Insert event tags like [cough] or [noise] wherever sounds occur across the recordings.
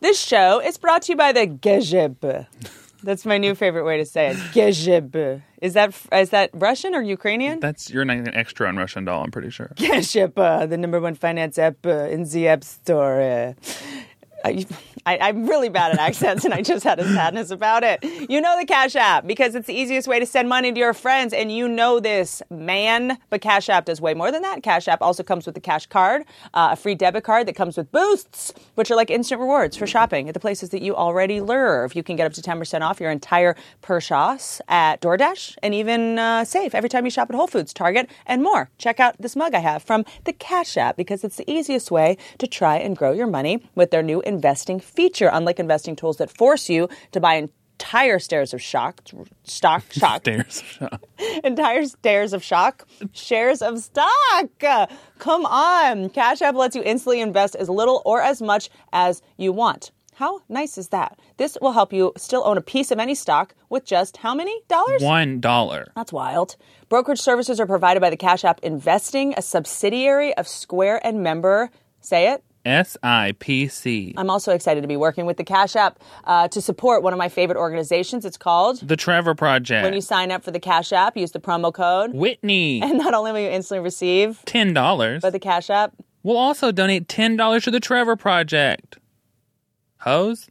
This show is brought to you by the Gezheb. That's my new favorite way to say it. Gezheb. Is that is that Russian or Ukrainian? That's you're not an extra on Russian doll. I'm pretty sure. Gezheb, the number one finance app uh, in the App Store. uh. I, I, am really bad at accents, and I just had a sadness about it. You know the Cash App because it's the easiest way to send money to your friends, and you know this, man. But Cash App does way more than that. Cash App also comes with a cash card, uh, a free debit card that comes with boosts, which are like instant rewards for shopping at the places that you already love. You can get up to 10% off your entire purchase at DoorDash and even uh, save every time you shop at Whole Foods, Target, and more. Check out this mug I have from the Cash App because it's the easiest way to try and grow your money with their new investing feature, unlike investing tools that force you to buy entire stairs of shock, stock, shock, Stairs. Shop. entire stairs of shock, shares of stock. Come on. Cash App lets you instantly invest as little or as much as you want. How nice is that? This will help you still own a piece of any stock with just how many dollars? [laughs] One dollar. That's wild. Brokerage services are provided by the Cash App Investing, a subsidiary of Square and member. Say it. S I P C. I'm also excited to be working with the Cash App uh, to support one of my favorite organizations. It's called. The Trevor Project. When you sign up for the Cash App, use the promo code. [laughs] Whitney. And not only will you instantly receive Ten dollars. the Cash App, [laughs] We'll also donate ten dollars to the Trevor Project. [laughs] Hose.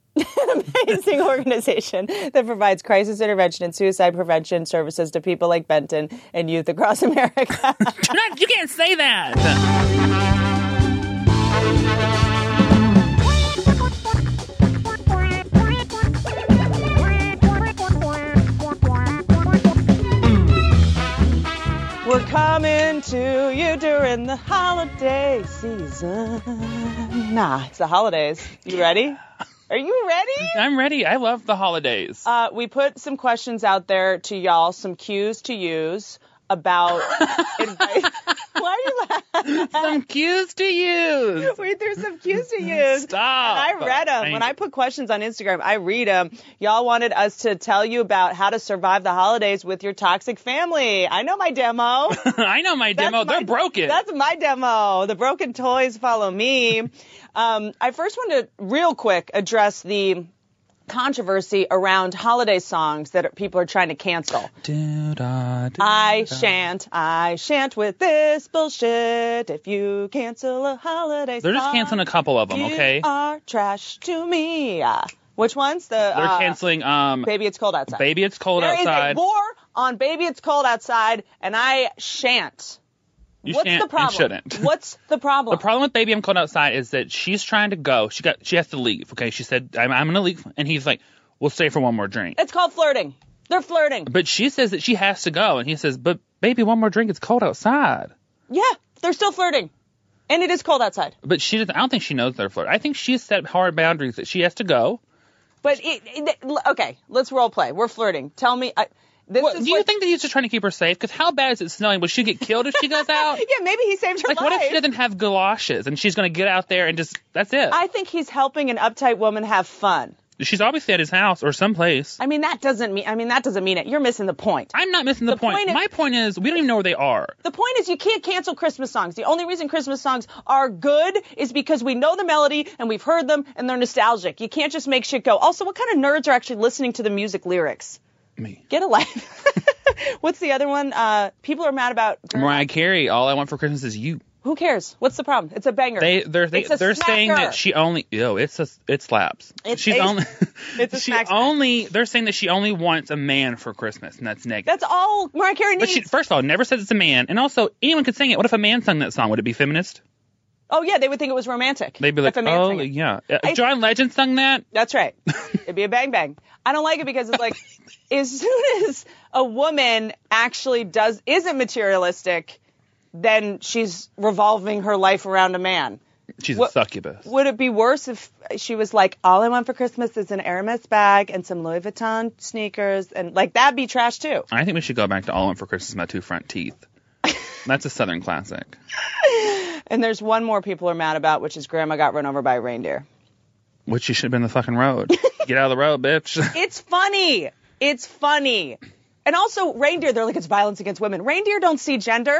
amazing organization that provides crisis intervention and suicide prevention services to people like Benton and youth across [laughs] America. You're not- you can't say that. We're coming to you during the holiday season. Nah, it's the holidays. You ready? Are you ready? I'm ready. I love the holidays. Uh, we put some questions out there to y'all, some cues to use about advice. Why are you laughing? uh, Some cues [laughs] to use. [laughs] We threw some cues to use. Stop. And I read them. When I put questions on Instagram, I read them. Y'all wanted us to tell you about how to survive the holidays with your toxic family. I know my [laughs] demo. I know my demo. That's my- They're broken. That's my demo. The broken toys follow me. um, I first want to, real quick, address the controversy around holiday songs that people are trying to cancel. Do, da, do, [laughs] I da. shan't, I shan't with this bullshit. If you cancel a holiday They're song, just canceling a couple of them. Okay. You are trash to me. Uh, Which ones? The They're uh, canceling. Um, Baby, it's cold outside. baby, it's cold There is outside. a war on baby, it's cold outside, and I shan't. you What's shan't the problem? and shouldn't. [laughs] What's the problem? The problem with baby, I'm cold outside is that she's trying to go. She got. She has to leave. Okay. She said, "I'm, I'm gonna leave," and he's like, "We'll stay for one more drink." It's called flirting. They're flirting. But she says that she has to go, and he says, "But baby, one more drink. It's cold outside." Yeah, they're still flirting. And it is cold outside. But she doesn't. I don't think she knows they're flirting. I think she's set hard boundaries that she has to go. But it, it- okay, let's role play. We're flirting. Tell me, I, this Well, is do you what- think that he's just trying to keep her safe? Because how bad is it snowing? Will she get killed if [laughs] she goes out? Yeah, maybe he saved her Like, life. what if she doesn't have galoshes and she's gonna get out there and just that's it? I think he's helping an uptight woman have fun. she's obviously at his house or someplace. I mean, that doesn't mean. I mean, that doesn't mean it. You're missing the point. I'm not missing the, The point is- My point is, we don't even know where they are. The point is, you can't cancel Christmas songs. The only reason Christmas songs are good is because we know the melody and we've heard them and they're nostalgic. You can't just make shit go. Also, what kind of nerds are actually listening to the music lyrics? Me. Get a life. [laughs] What's the other one? Uh, people are mad about. Mariah Carey, all I want for Christmas is you. Who cares? What's the problem? It's a banger. They they're they, It's a they're saying smacker. that she only yo it's a it slaps. It's She's a- only [laughs] it's a she smack smack. only they're saying that she only wants a man for Christmas and that's negative. That's all Mariah Carey but needs. she first of all never said it's a man and also anyone could sing it. What if a man sung that song? Would it be feminist? oh yeah, they would think it was romantic. They'd be like, if a man oh sang it. yeah. If I- John Legend sung that. That's right. It'd be a bang bang. I don't like it because it's like, as soon as a woman actually does isn't materialistic, then she's revolving her life around a man. She's a What- succubus. Would it be worse if she was like, all I want for Christmas is an Hermes bag and some Louis Vuitton sneakers, and like that'd be trash too. I think we should go back to All I Want for Christmas is My Two Front Teeth. [laughs] That's a Southern classic. And there's one more people are mad about, which is Grandma got run over by a reindeer. Which you should have been the fucking road. Get out of the road, [laughs] bitch. It's funny. It's funny. And also reindeer, they're like it's violence against women. Reindeer don't see gender.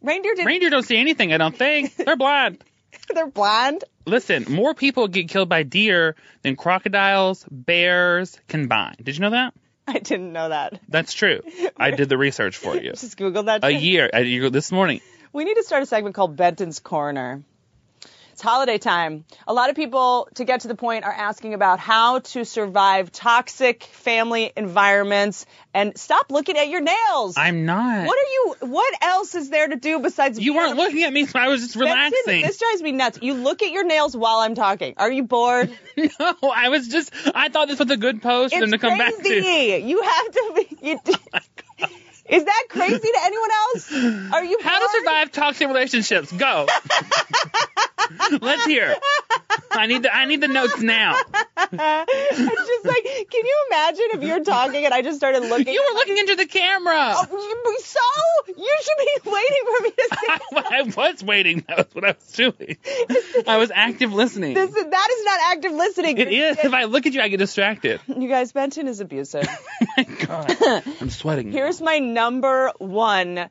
Reindeer didn't Reindeer don't see anything, I don't think. They're blind. [laughs] They're blind. listen, more people get killed by deer than crocodiles, bears combined. Did you know that? I didn't know that. That's true. I did the research for [laughs] you. Just Google that. A shit. year I- you- this morning. We need to start a segment called Benton's Corner. It's holiday time. A lot of people, to get to the point, are asking about how to survive toxic family environments and stop looking at your nails. I'm not. what are you? What else is there to do besides? you weren't looking at me, so I was just That's it. relaxing. This drives me nuts. You look at your nails while I'm talking. Are you bored? No, I was just. I thought this was a good post for [laughs] them to Oh it's come back crazy. to. You have to. Be, [laughs] you, [laughs] is that crazy to anyone else? Are you How to bored? survive toxic [laughs] relationships? Go. Let's hear. I need the I need the notes now. It's just like, can you imagine if you're talking and I just started looking? You were looking into the camera. You- so you should be waiting for me to say [laughs] [laughs] I, I was waiting. That was what I was doing. I was active listening. [laughs] this. That is not active listening. it is. If I look at you, I get distracted. You guys, Benton is abusive. My God, I'm sweating. now. Here's my number one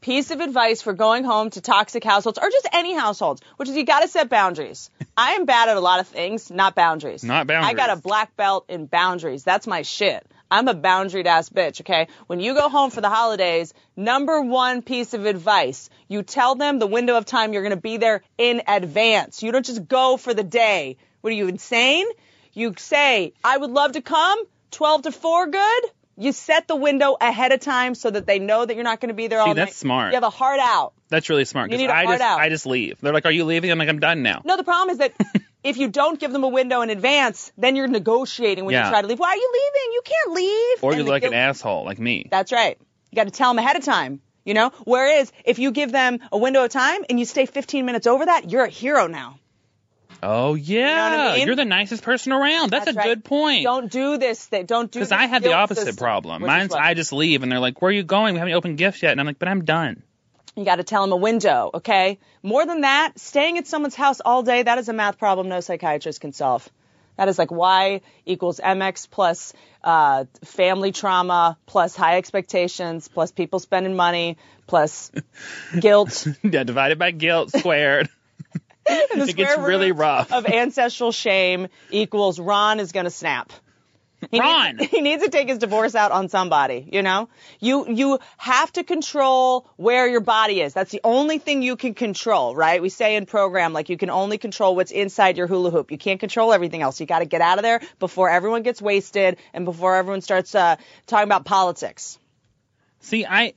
piece of advice for going home to toxic households or just any households, which is you got to set boundaries. I am bad at a lot of things, not boundaries. Not boundaries. I got a black belt in boundaries. That's my shit. I'm a boundaried ass bitch, okay? When you go home for the holidays, number one piece of advice, you tell them the window of time you're going to be there in advance. You don't just go for the day. What are you, insane? You say, I would love to come, 12 to 4 good. You set the window ahead of time so that they know that you're not going to be there all night. that's smart. You have a heart out. That's really smart. You 'cause need a I hard just out. I just leave. They're like, "Are you leaving?" I'm like, "I'm done now." No, the problem [laughs] is that if you don't give them a window in advance, then you're negotiating when you Yeah. try to leave. Why are you leaving? You can't leave. or And you're the like an guilt- asshole, like me. That's right. You got to tell them ahead of time. You know. Whereas if you give them a window of time and you stay 15 minutes over that, you're a hero now. oh yeah, You know what I mean? are the nicest person around. That's, That's a right. good point. Don't do this. Thing. Don't do. Because Because I had the opposite problem. Mine's I just leave, and they're like, "Where are you going? We haven't opened gifts yet." And I'm like, "But I'm done." [laughs] You got to tell them a window. Okay. More than that, staying at someone's house all day that is a math problem no psychiatrist can solve. That is like y equals mx plus uh, family trauma plus high expectations plus people spending money [laughs] plus guilt. yeah, divided by guilt squared. it gets square really root rough. of ancestral shame equals Ron is going to snap. He Ron! Needs, [laughs] he needs to take his divorce out on somebody, you know? You you have to control where your body is. That's the only thing you can control, right? We say in program like you can only control what's inside your hula hoop. You can't control everything else. You got to get out of there before everyone gets wasted and before everyone starts uh, talking about politics. See, I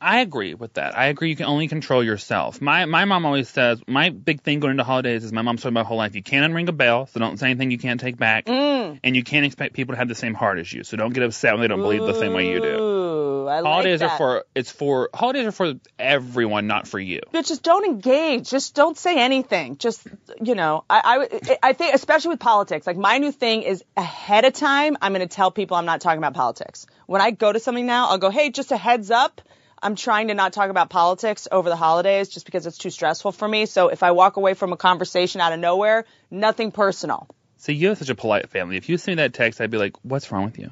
I agree with that. I agree you can only control yourself. My my mom always says my big thing going into holidays is my mom's told me my whole life you can't unring a bell, so don't say anything you can't take back, Mm. and you can't expect people to have the same heart as you, so don't get upset when they don't believe the same way you do. Ooh, Mm, I Holidays like that. are for it's for holidays are for everyone, not for you. but just don't engage. Just don't say anything. Just you know, I I, I think especially with politics, like my new thing is ahead of time. I'm going to tell people I'm not talking about politics. When I go to something now, I'll go, hey, just a heads up. I'm trying to not talk about politics over the holidays just because it's too stressful for me. So if I walk away from a conversation out of nowhere, nothing personal. See, you have such a polite family. If you send me that text, I'd be like, "What's [laughs] wrong with you?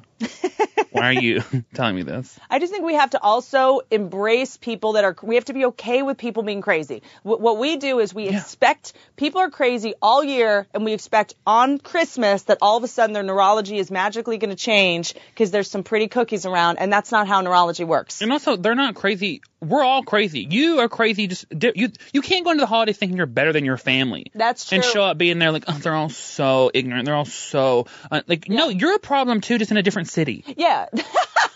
Why are you [laughs] telling me this?" I just think we have to also embrace people that are, we have to be okay with people being crazy. Wh- what we do is we expect people are crazy all year and we expect on Christmas that all of a sudden their neurology is magically going to change because there's some pretty cookies around and that's not how neurology works. And also, they're not crazy. We're all crazy. You are crazy. Just di- you. You can't go into the holidays thinking you're better than your family. That's And true. show up being there like, oh, they're all so ignorant. They're all so uh, like, no, you're a problem too, just in a different city. Yeah. [laughs]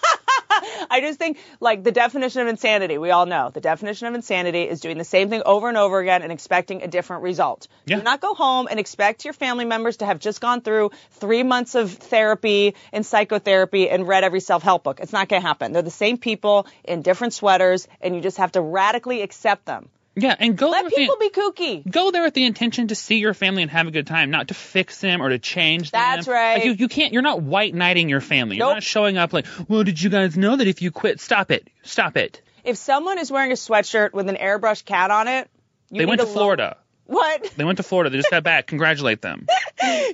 I just think, like, the definition of insanity, we all know. The definition of insanity is doing the same thing over and over again and expecting a different result. Yeah. Do not go home and expect your family members to have just gone through three months of therapy and psychotherapy and read every self help book. It's not going to happen. They're the same people in different sweaters, and you just have to radically accept them. Yeah, and go Let there with the- people be kooky. go there with the intention to see your family and have a good time, not to fix them or to change them. That's right. Like you, you can't. You're not white knighting your family. You're Nope. not showing up like, well, did you guys know that if you quit, stop it, stop it. If someone is wearing a sweatshirt with an airbrush cat on it, you They need went to lo- Florida. What? They went to Florida. They just [laughs] got back. Congratulate them.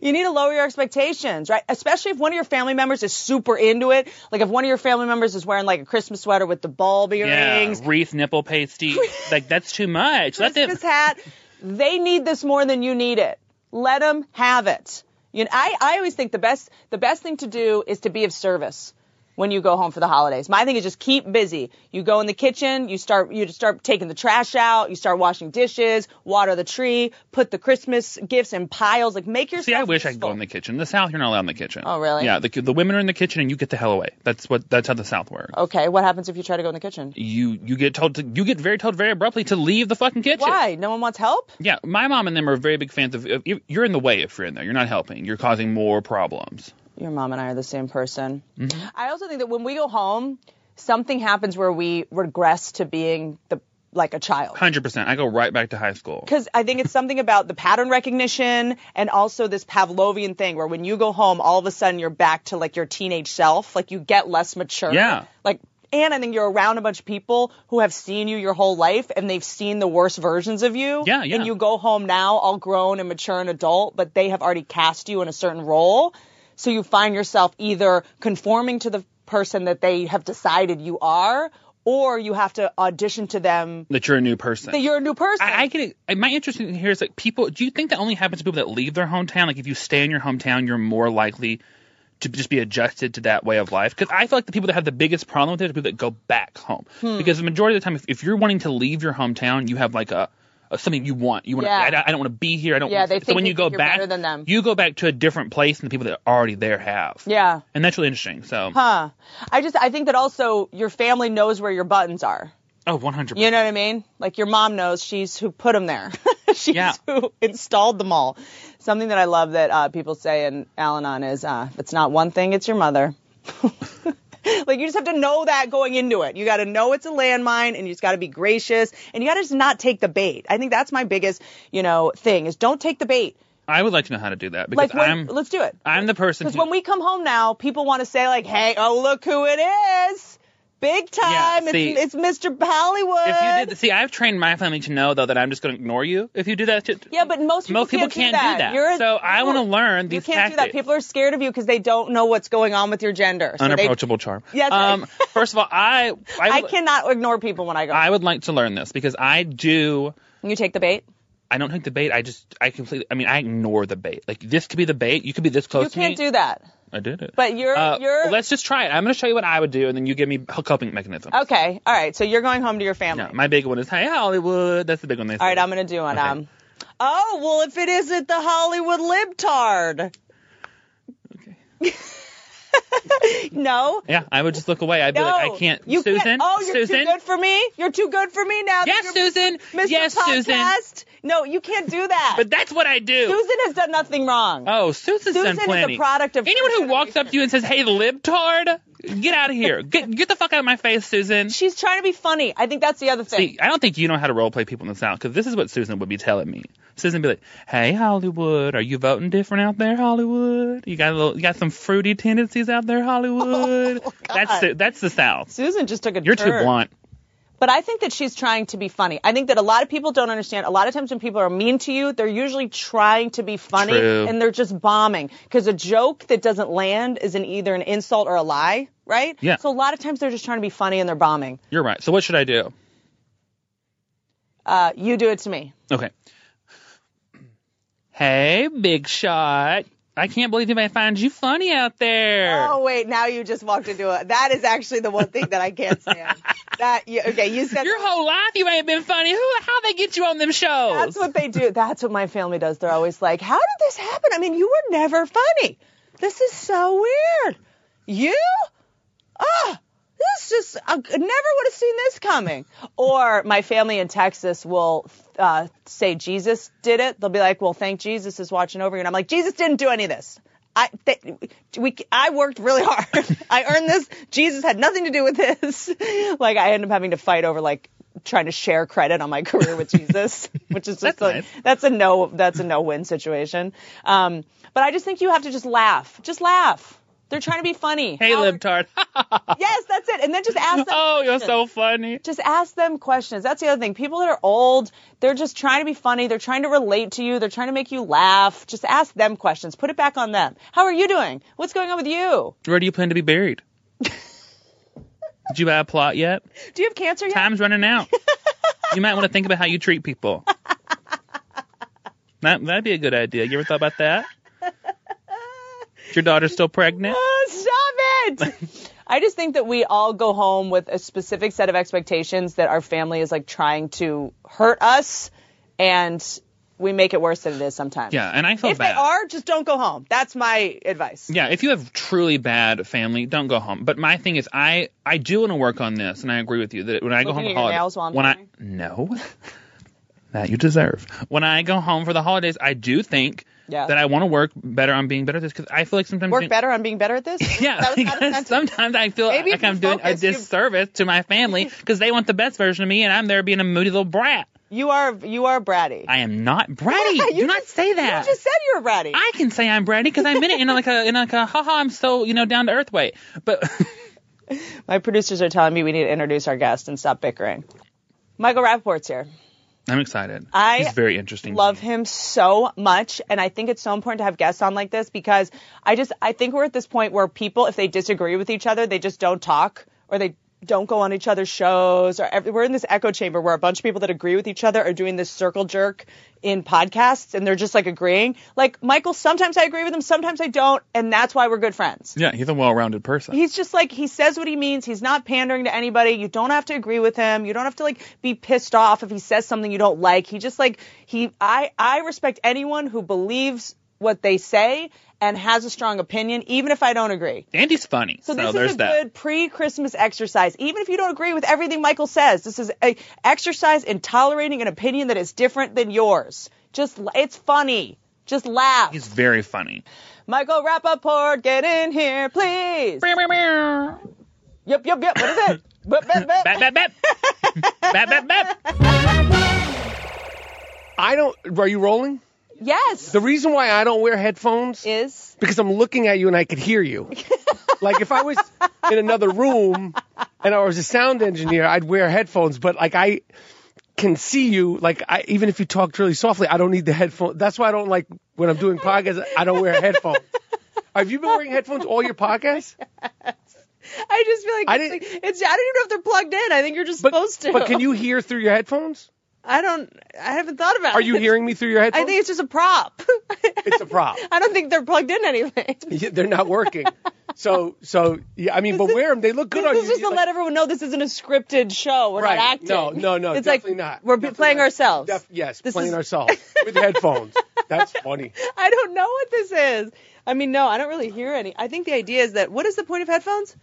you need to lower your expectations, right? Especially if one of your family members is super into it. Like if one of your family members is wearing like a Christmas sweater with the bulb Yeah, earrings, wreath nipple [laughs] pasty. like that's too much. Let them. Christmas hat. They need this more than you need it. Let them have it. You know, I, I always think the best the best thing to do is to be of service when you go home for the holidays. My thing is just keep busy. You go in the kitchen, you start you just start taking the trash out, you start washing dishes, water the tree, put the Christmas gifts in piles. Like make yourself. See, I wish I could useful. go in the kitchen. In the South, you're not allowed in the kitchen. Oh, really? Yeah, the, the women are in the kitchen and you get the hell away. That's what. That's how the South works. Okay, what happens if you try to go in the kitchen? You you get told to you get very told very abruptly to leave the fucking kitchen. Why? No one wants help? Yeah, my mom and them are very big fans of. of you- you're in the way if you're in there. You're not helping. You're causing more problems. Your mom and I are the same person. I also think that when we go home, something happens where we regress to being the like a child. Hundred percent. I go right back to high school. Because I think it's something about the pattern recognition and also this Pavlovian thing where when you go home, all of a sudden you're back to like your teenage self. Like you get less mature. Yeah. Like, and I think you're around a bunch of people who have seen you your whole life and they've seen the worst versions of you. Yeah, yeah. And you go home now all grown and mature and adult, but they have already cast you in a certain role. So you find yourself either conforming to the person that they have decided you are or you have to audition to them That you're a new person. that you're a new person. I, I get it. Uh, My interest in here is like people. Do you think that only happens to people that leave their hometown? Like if you stay in your hometown, you're more likely to just be adjusted to that way of life. Because I feel like the people that have the biggest problem with it are people that go back home. Hmm. Because the majority of the time, if, if you're wanting to leave your hometown, you have like a, a something you want. You want. Yeah. I, I don't want to be here. I don't. Yeah, want, they so think when they you go think you're back, better than them. you go back to a different place than the people that are already there have. yeah. And that's really interesting. So, Huh. I just I think that also your family knows where your buttons are. oh, 100. You know what I mean? Like your mom knows she's who put them there. [laughs] she's Yeah. who installed them all. Something that I love that uh, people say in Al-Anon is, uh, if it's not one thing, it's your mother. [laughs] like you just have to know that going into it. You got to know it's a landmine, and you just got to be gracious, and you got to just not take the bait. I think that's my biggest, you know, thing is don't take the bait. I would like to know how to do that Like because when, I'm let's do it. I'm the person Because who when we come home now, people want to say like, "Hey, oh look who it is, big time! see- it's, it's Mr. Hollywood." If you did, see, I've trained my family to know though that I'm just going to ignore you if you do that. Shit. yeah, but most people, most people can't do that. You're a- So I wanna you- learn you these can't do that. tactics. People are scared of you because they don't know what's going on with your gender. So they, unapproachable charm. Yes, I- Um, first of all, I I, I would- cannot ignore people when I go. I would like to learn this because I do. you take the bait. I don't take the bait. I just I completely. I mean, I ignore the bait. Like this could be the bait. You could be this close You to can't me. do that. I did it. But you're Uh, you're Let's just try it. I'm going to show you what I would do, and then you give me a coping mechanism. okay. All right. So you're going home to your family. Yeah, my big one is Hey Hollywood. That's the big one. They say. All right. I'm gonna do one. Okay. Um. Oh well, if it isn't the Hollywood libtard. Okay. [laughs] No. Yeah, I would just look away. I'd be like, No, I can't. You Susan. Can't. Oh, you're Susan. too good for me. You're too good for me now. that yes, you're Susan. Mr. Yes, Susan. Podcast. No, you can't do that. But that's what I do. Susan has done nothing wrong. oh, Susan's Susan done is a plenty. product of anyone her who walks up to you and says, "Hey, libtard, get out [laughs] of here. Get get the fuck out of my face, Susan." She's trying to be funny. I think that's the other thing. I don't think you know how to role play people in the South because this is what Susan would be telling me. Susan would be like, "Hey, Hollywood, are you voting different out there, Hollywood? You got a little, you got some fruity tendencies out [laughs] there, Hollywood." Oh, that's the, that's the South. Susan just took a You're too blunt. But I think that she's trying to be funny. I think that a lot of people don't understand. A lot of times when people are mean to you, they're usually trying to be funny True. and they're just bombing because a joke that doesn't land is an either an insult or a lie, right? Yeah. So a lot of times they're just trying to be funny and they're bombing. You're right. So what should I do? Uh, you do it to me. Okay. Hey, big shot. I can't believe anybody finds you funny out there. Oh wait, now you just walked into it. That is actually the one thing that I can't [laughs] stand. that you, okay, you said Your whole life you ain't been funny. Who how they get you on them shows? that's what they do. That's what my family does. They're always like, "How did this happen? I mean, you were never funny. This is so weird. You, ah, this is just I never would have seen this coming." Or my family in Texas will uh, say Jesus did it. They'll be like, "Well, thank Jesus is watching over you," and I'm like, "Jesus didn't do any of this." I, th- we, I worked really hard. [laughs] I earned this. Jesus had nothing to do with this. [laughs] like I ended up having to fight over like trying to share credit on my career with Jesus, [laughs] which is just That's like nice. that's a no that's a no win situation. Um, but I just think you have to just laugh, just laugh. They're trying to be funny. hey, How- Libtard. [laughs] Yes, that's it. And then just ask them. [laughs] oh, you're questions. so funny. Just ask them questions. That's the other thing. People that are old, they're just trying to be funny. They're trying to relate to you. They're trying to make you laugh. Just ask them questions. Put it back on them. How are you doing? What's going on with you? Where do you plan to be buried? Did you buy a plot yet? Do you have cancer yet? Time's running out. You might want to think about how you treat people. That, that'd be a good idea. You ever thought about that? Is your daughter [laughs] still pregnant? Oh, [laughs] stop [laughs] it! I just think that we all go home with a specific set of expectations that our family is like trying to hurt us, and we make it worse than it is sometimes. Yeah, and I feel If bad. they are, just don't go home. That's my advice. yeah, if you have truly bad family, don't go home. But my thing is, I I do want to work on this, and I agree with you that when I go Looking at home for your nails while I'm holidays, when I talking? no, [laughs] that you deserve. When I go home for the holidays, I do think Yeah. that I want to work better on being better at this because I feel like sometimes Work being- better on being better at this. [laughs] Yeah, That was not a because sentence. sometimes I feel Maybe if like you I'm doing a focus, you- disservice to my family [laughs] because they want the best version of me, and I'm there being a moody little brat. You are you are bratty. I am not bratty. You do not just- say you that. just said you're bratty. I can say I'm bratty because I'm in it in like a in like a haha I'm so you know down to earth way. But [laughs] My producers are telling me we need to introduce our guest and stop bickering. Michael Rappaport's here. I'm excited. I He's very interesting. to Love me. him so much, and I think it's so important to have guests on like this because I just I think we're at this point where people, if they disagree with each other, they just don't talk or they don't go on each other's shows or every, we're in this echo chamber where a bunch of people that agree with each other are doing this circle jerk in podcasts and they're just like agreeing like michael sometimes i agree with him sometimes i don't and that's why we're good friends Yeah, he's a well-rounded person. he's just like he says what he means. He's not pandering to anybody. You don't have to agree with him. You don't have to like be pissed off if he says something you don't like. He just like he I I respect anyone who believes what they say and has a strong opinion even if I don't agree. and he's funny. So, So this there's is a that. good pre-Christmas exercise. Even if you don't agree with everything Michael says, this is a exercise in tolerating an opinion that is different than yours. Just l- it's funny. Just laugh. He's very funny. Michael Rappaport, get in here, please. Meow, meow, meow. Yep, yep, yep. What [laughs] is it? Bup, bup, bup. Bap bap [laughs] bap. bap bap bap. I don't. Are you rolling? Yes. The reason why I don't wear headphones is [laughs] because I'm looking at you and I could [laughs] hear you. like if I was in another room and I was a sound engineer, I'd wear headphones. But like I can see you. Like I even if you talked really softly, I don't need the headphone. That's why I don't like when I'm doing podcasts. I don't wear headphones. Have you been wearing headphones all your podcasts? [laughs] I just feel like I it's, didn't- like- it's I don't even know if they're plugged in. I think you're just But, supposed to. but can you hear through your headphones? [laughs] I don't. I haven't thought about. Are you it. hearing me through your [laughs] headphones? I think it's just a prop. [laughs] it's a prop. I don't think they're plugged in anything. [laughs] Yeah, they're not working. So, so yeah, I mean, but wear them. They look good on This you. is just You're to let everyone know this isn't a scripted show. We're right. not acting. No, no, no, It's definitely like not. We're Definitely playing not. ourselves. Def- yes, This playing is- ourselves with headphones. That's funny. I don't know what this is. I mean, no, I don't really hear any. I think the idea is that what is the point of headphones,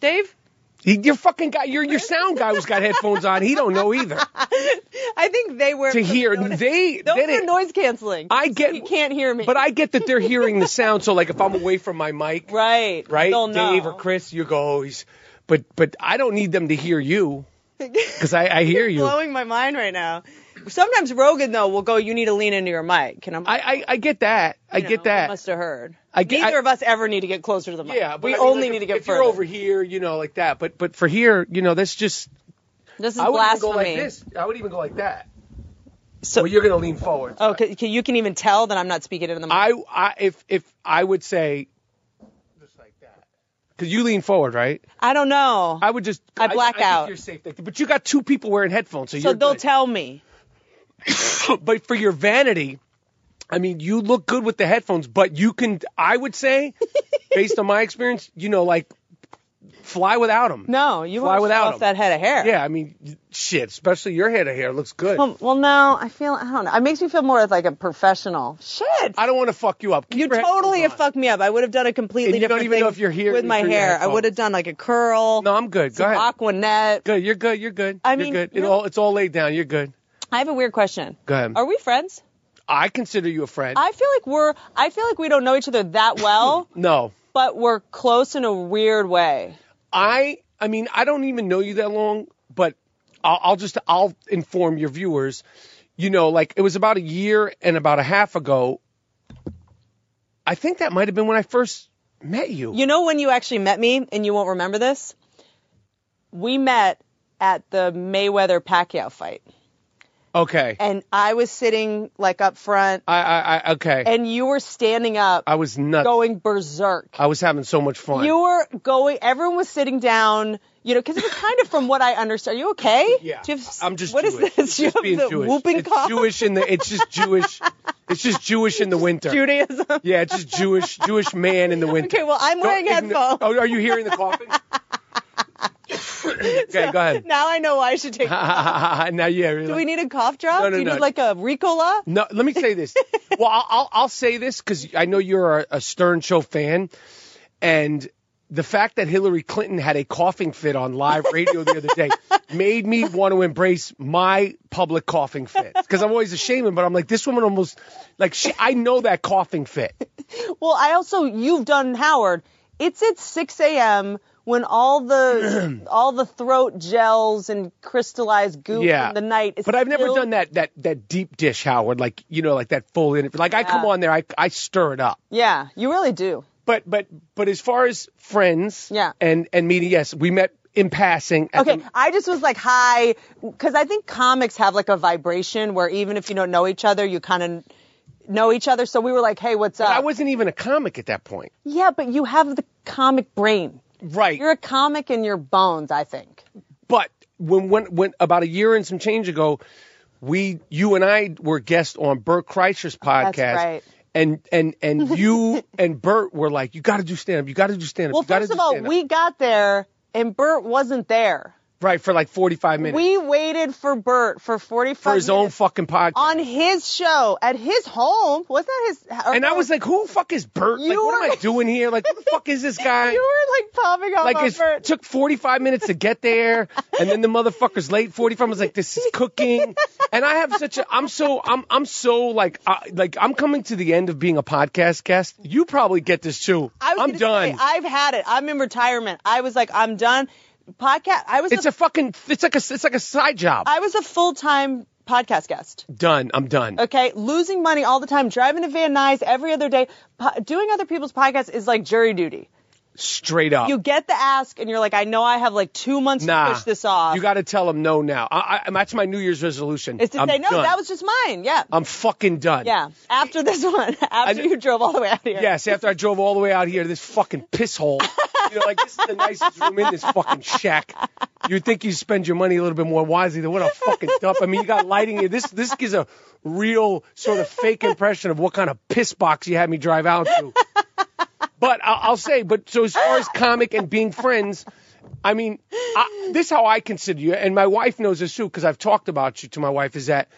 Dave? He, your fucking guy, your your sound guy who's got headphones on. He don't know either I think they were [laughs] to hear. They, Those they are didn't- noise canceling. I get- you can't hear me. but I get that they're hearing the sound. So, like, if I'm away from my mic, Right. right, They'll know. Dave or Chris, you go. Oh, he's, but, but I don't need them to hear you because I, [laughs] I hear you. Blowing my mind right now. Sometimes Rogan though will go, "You need to lean into your mic," and I'm. I, I, I get that. I you know, get that. Must have heard. I get- Neither I- of us ever need to get closer to the mic. Yeah, but we I mean, only like, need to if- get if further. you're over here, you know, like that. But but for here, you know, that's just This is I would even blasphemy. go like this. I would even go like that. So, Well, you're gonna lean forward. oh, c- c- you can even tell that I'm not speaking into the mic. I I if if I would say just like that. Cause you lean forward, right? I don't know. I would just I black think out. You're safe, there. but you got two people wearing headphones, so, so you're they'll good. tell me. But for your vanity, I mean, you look good with the headphones, but you can. I [laughs] would say, based on my experience, you know, like fly without them. No, you Fly want to without off 'em. that head of hair. Yeah, I mean, shit. Especially your head of hair looks good. Well, well, no, I feel I don't know. It makes me feel more like a professional. Shit. I don't want to fuck you up. Keep You your headphones totally have on. fucked me up. I would have done a completely And you don't different even thing know if you're here with my through your hair. I headphones. would have done like a curl. No, I'm good. Go some ahead. Aquanet. Good. You're good. You're good. I You're mean, good. you It know- all, it's all laid down. You're good. I have a weird question. Go ahead. Are we friends? I consider you a friend. I feel like we're. I feel like we don't know each other that [coughs] well, no. but we're close in a weird way. I. I mean, I don't even know you that long, but I'll, I'll just I'll inform your viewers. You know, like it was about a year and about a half ago. I think that might have been when I first met you. You know when you actually met me, and you won't remember this. We met at the Mayweather Pacquiao fight. Okay. and I was sitting like up front, I, I, I okay. and you were standing up, I was nuts. going berserk. I was having so much fun. You were going. Everyone was sitting down. You know, because it was kind of from what I understood. Are you okay? yeah, Do you have- I'm just. What is Jewish. this? It's You just have being the Jewish. whooping it's cough. Jewish in the. It's [laughs] just Jewish. It's just Jewish in the winter. Judaism. [laughs] Yeah, it's just Jewish Jewish man in the winter. Okay, well, I'm Don't wearing igno- headphones. Oh, are you hearing [laughs] the coughing? okay, go ahead. Now I know why I should take. [laughs] now, yeah. Do we need a cough drop? No, no, Do you no. need like a Ricola? No, let me [laughs] say this. well, I'll, I'll I'll say this because I know you're a, a Stern Show fan, and the fact that Hillary Clinton had a coughing fit on live radio the other [laughs] day made me want to embrace my public coughing fit because I'm always ashamed, of it, but I'm like this woman almost like she. I know that coughing fit. Well, I also you've done Howard. It's at 6 a.m. when all [clears throat] the all the throat gels and crystallized goo Yeah. from the night. Is But I've never still- done that that that deep dish, Howard. Like you know, like that full in. Like I come Yeah. on there, I I stir it up. Yeah, you really do. But but but as far as friends, Yeah. and and meeting, yes, we met in passing. At Okay, [laughs] the, I just was like hi, because I think comics have like a vibration where even if you don't know each other, you kind of know each other. So we were like, hey, what's up? I wasn't even a comic at that point. yeah, but you have the comic brain. Right. You're a comic in your bones, I think. but when when when about a year and some change ago, we you and I were guests on Bert Kreischer's podcast. right. And and [laughs] and you and Bert were like, you got to do stand up. You got to do stand up. Well, you gotta first do of all, stand-up." we got there and Bert wasn't there. right for like 45 minutes We waited for Bert for 45 for his own minutes fucking podcast. on his show at his home. Wasn't that his? and I was like, who the fuck is Bert? Like, You what am were- I doing here? Like, who the fuck is this guy? [laughs] you were like popping off like on it Bert. took 45 minutes to get there and then the motherfucker's late 45 I was like this is cooking and i have such a i'm so i'm i'm so like I, like i'm coming to the end of being a podcast guest you probably get this too I was i'm gonna done say, I've had it. I'm in retirement. I was like, I'm done. Podcast. I was. it's a fucking it's like a it's like a side job I was a full time podcast guest. done i'm done Okay, losing money all the time, driving to Van Nuys every other day, po- doing other people's podcasts is like jury duty. straight up You get the ask, and you're like, I know I have like two months nah to push this off. you got to tell them no now I, I that's my new year's resolution It's to I'm say no. done. That was just mine. Yeah. i'm fucking done yeah. After this [laughs] one, after I- you drove all the way out here. Yes, after I drove all the way out here to this fucking piss hole. You know, like this is the nicest room in this fucking shack. You'd think you spend your money a little bit more wisely than what a fucking dump. I mean, you got lighting here. This this gives a real sort of fake impression of what kind of piss box you had me drive out to. But I'll, I'll say, but so as far as comic and being friends, I mean, I, this is how I consider you, and my wife knows this too because I've talked about you to my wife. Is that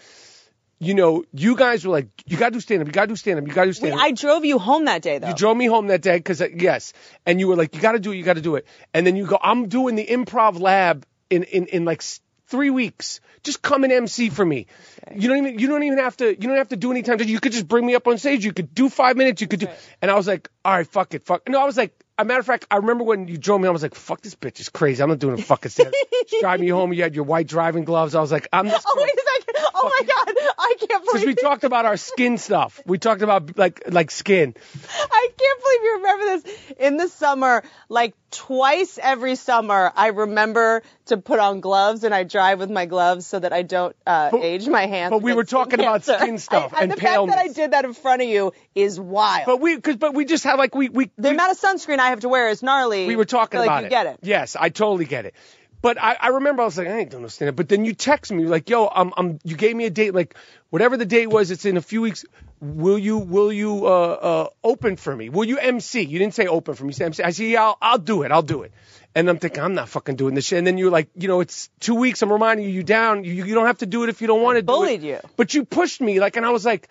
you know, you guys were like, you got to do stand up, you got to do stand up, you got to do stand up. I drove you home that day though. You drove me home that day because yes, and you were like, you got to do it, you got to do it, and then you go, I'm doing the improv lab in in in like s- three weeks. Just come and MC for me. You don't even you don't even have to you don't have to do any time. You could just bring me up on stage. You could do five minutes. You could do, and I was like, all right, fuck it, fuck. No, I was like. a matter of fact, I remember when you drove me. I was like, "Fuck this bitch is crazy. I'm not doing a fucking [laughs] stand." Drive me home. You had your white driving gloves. I was like, "I'm just." oh wait [laughs] a second. Oh my god. I can't Because believe. we talked about our skin stuff. We talked about like like skin. I can't believe you remember this. In the summer, like twice every summer, I remember to put on gloves and I drive with my gloves so that I don't uh, age my hands. but we were with skin talking about cancer. skin stuff I, I, and the fact that I paleness. did that in front of you is wild. But we, cause, but we just had like we we the amount of sunscreen I have to wear is gnarly. we were talking like, about you it. get it. Yes, I totally get it. But I, I remember I was like, I ain't doing no stand up. But then you text me like, yo, um, um, you gave me a date, like whatever the date was, it's in a few weeks. Will you, will you, uh, uh, open for me? Will you MC? You didn't say open for me. You said MC. I said, yeah, I'll, I'll do it. I'll do it. And I'm thinking, I'm not fucking doing this shit. And then you're like, you know, it's two weeks. I'm reminding you, you down. You, you don't have to do it if you don't want to do it. bullied you. But you pushed me, like, and I was like,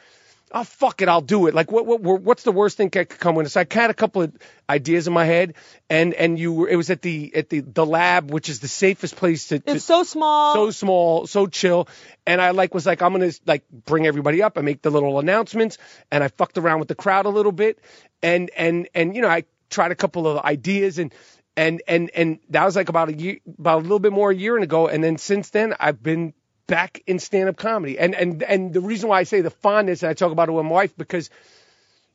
oh fuck it, I'll do it. Like what what what- what's the worst thing that could come with this? I had a couple of ideas in my head, and and you were it was at the at the the lab, which is the safest place to. to It's so small. so small, so chill, and I like was like I'm gonna like bring everybody up. I make the little announcements, and I fucked around with the crowd a little bit, and and and you know I tried a couple of ideas, and and and and that was like about a year, about a little bit more a year ago, and then since then I've been back in stand up comedy, and and and the reason why I say the fondness, and I talk about it with my wife because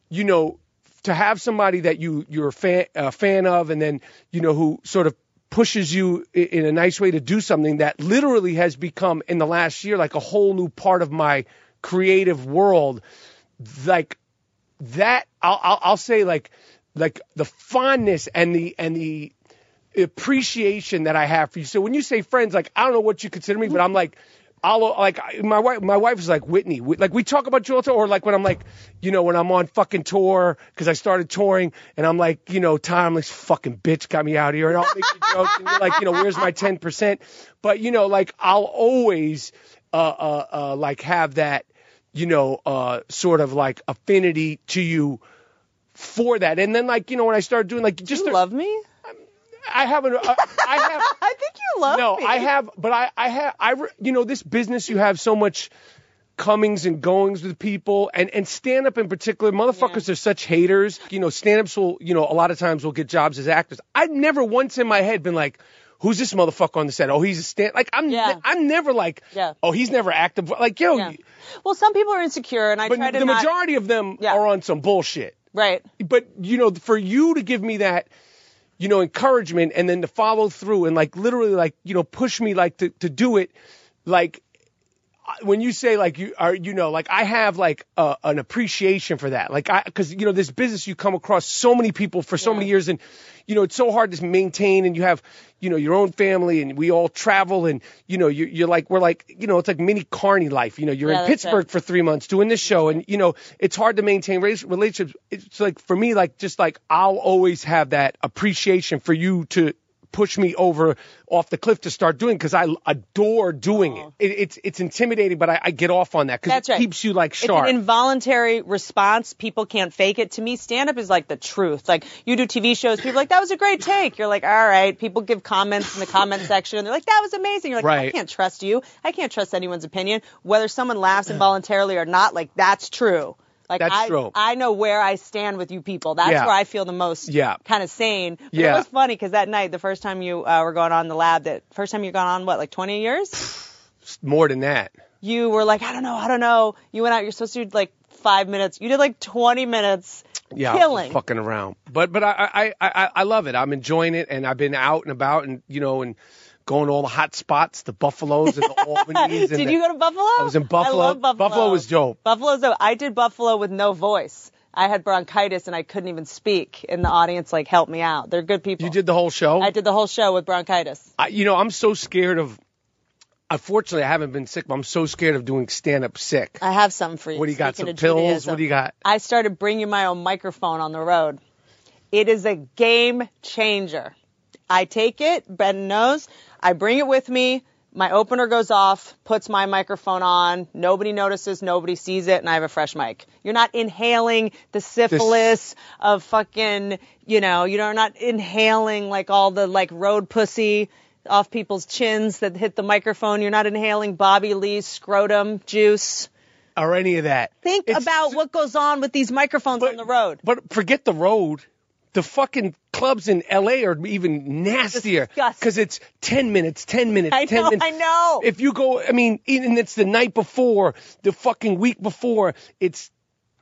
you know, to have somebody that you you're a fan, a fan of, and then you know who sort of pushes you i- in a nice way to do something that literally has become in the last year like a whole new part of my creative world like that I'll, I'll I'll say like like the fondness and the and the appreciation that I have for you. So when you say friends, like I don't know what you consider me, but I'm like I'll like I- my wife. My wife is like Whitney. We, like we talk about you all the time, or like when I'm like you know when I'm on fucking tour because I started touring and I'm like you know Tom, this fucking bitch got me out here and I'll make you jokes and you're like you know where's my ten percent? But you know like I'll always uh uh, uh like have that you know, uh, sort of like affinity to you for that. And then like, you know, when I started doing like just, You love me? I have, an, uh, I [laughs] I think you love have, no, me. I have, but I, I have, I, re- you know, this business, you have so much comings and goings with people and, and stand up in particular, motherfuckers are such haters, you know, stand ups will, you know, a lot of times will get jobs as actors. I've never once in my head been like, Who's this motherfucker on the set? Oh, he's a stand. Like I'm, Yeah. I'm never like. Yeah. Oh, he's never active. Like yo, Yeah. Well, some people are insecure, and I but try to the not. majority of them Yeah. are on some bullshit right. but you know, for you to give me that, you know, encouragement and then to follow through and like literally like, you know, push me like to, to do it, like I- when you say like you are, you know, like I have like a, an appreciation for that. Like I, cause you know, this business you come across so many people for so many years and, you know, it's so hard to maintain and you have, you know, your own family and we all travel and, you know, you're, you're like, we're like, you know, it's like mini carny life. You know, you're Yeah, in that's Pittsburgh right. for three months doing this show and you know it's hard to maintain rela- relationships it's like for me like just like i'll always have that appreciation for you to push me over off the cliff to start doing because i l- adore doing it. it it's it's intimidating but i, I get off on that because That's it right. keeps you like sharp It's an involuntary response. People can't fake it. To me, stand up is like the truth. Like you do TV shows, people are like, that was a great take. You're like, all right. People give comments in the comment section. They're like, that was amazing. You're like, I Right. can't trust you. I can't trust anyone's opinion. Whether someone laughs involuntarily or not, like that's true. Like That's I, true. I know where I stand with you people. That's Yeah. where I feel the most Yeah. kind of sane. But Yeah. It was funny because that night, the first time you uh, were going on the lab, that first time you gone on what, like 20 years? more than that you were like, I don't know, I don't know. You went out, you're supposed to do like five minutes. You did like 20 minutes yeah I was killing. fucking around but but I, I i I- i love it i'm enjoying it and i've been out and about and you know and going to all the hot spots the buffaloes and the [laughs] albany's Did you go to Buffalo? I was in Buffalo. love Buffalo. Buffalo was dope. Buffalo's dope. I did Buffalo with no voice. I had bronchitis and I couldn't even speak. And the audience like helped me out. They're good people. you did the whole show I did the whole show with bronchitis. I, you know, I'm so scared of. Unfortunately, I haven't been sick, but I'm so scared of doing stand up sick. I have some for you. What do you Uh, got? Speaking Some of pills? Judaism, What do you got? I started bringing my own microphone on the road. It is a game changer. I take it, Ben knows. I bring it with me. My opener goes off, puts my microphone on. Nobody notices, nobody sees it, and I have a fresh mic. You're not inhaling the syphilis of fucking, you know, you're not inhaling like all the like road pussy off people's chins that hit the microphone. You're not inhaling Bobby Lee's scrotum juice or any of that. think It's about su- what goes on with these microphones on the road. But forget the road. The fucking clubs in LA are even nastier Disgusting. because it's 10 minutes, 10 minutes, I 10 know, minutes. I know. If you go, I mean, and it's the night before, the fucking week before, it's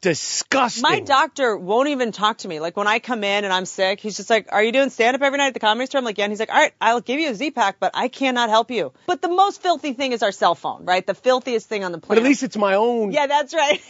disgusting. My doctor won't even talk to me. Like when I come in and I'm sick, he's just like, "Are you doing stand up every night at the comedy store?" I'm like, "Yeah." And he's like, "All right, I'll give you a Z pack, but I cannot help you." But the most filthy thing is our cell phone, right? The filthiest thing on the But planet. at least it's my own. yeah, that's [laughs] right.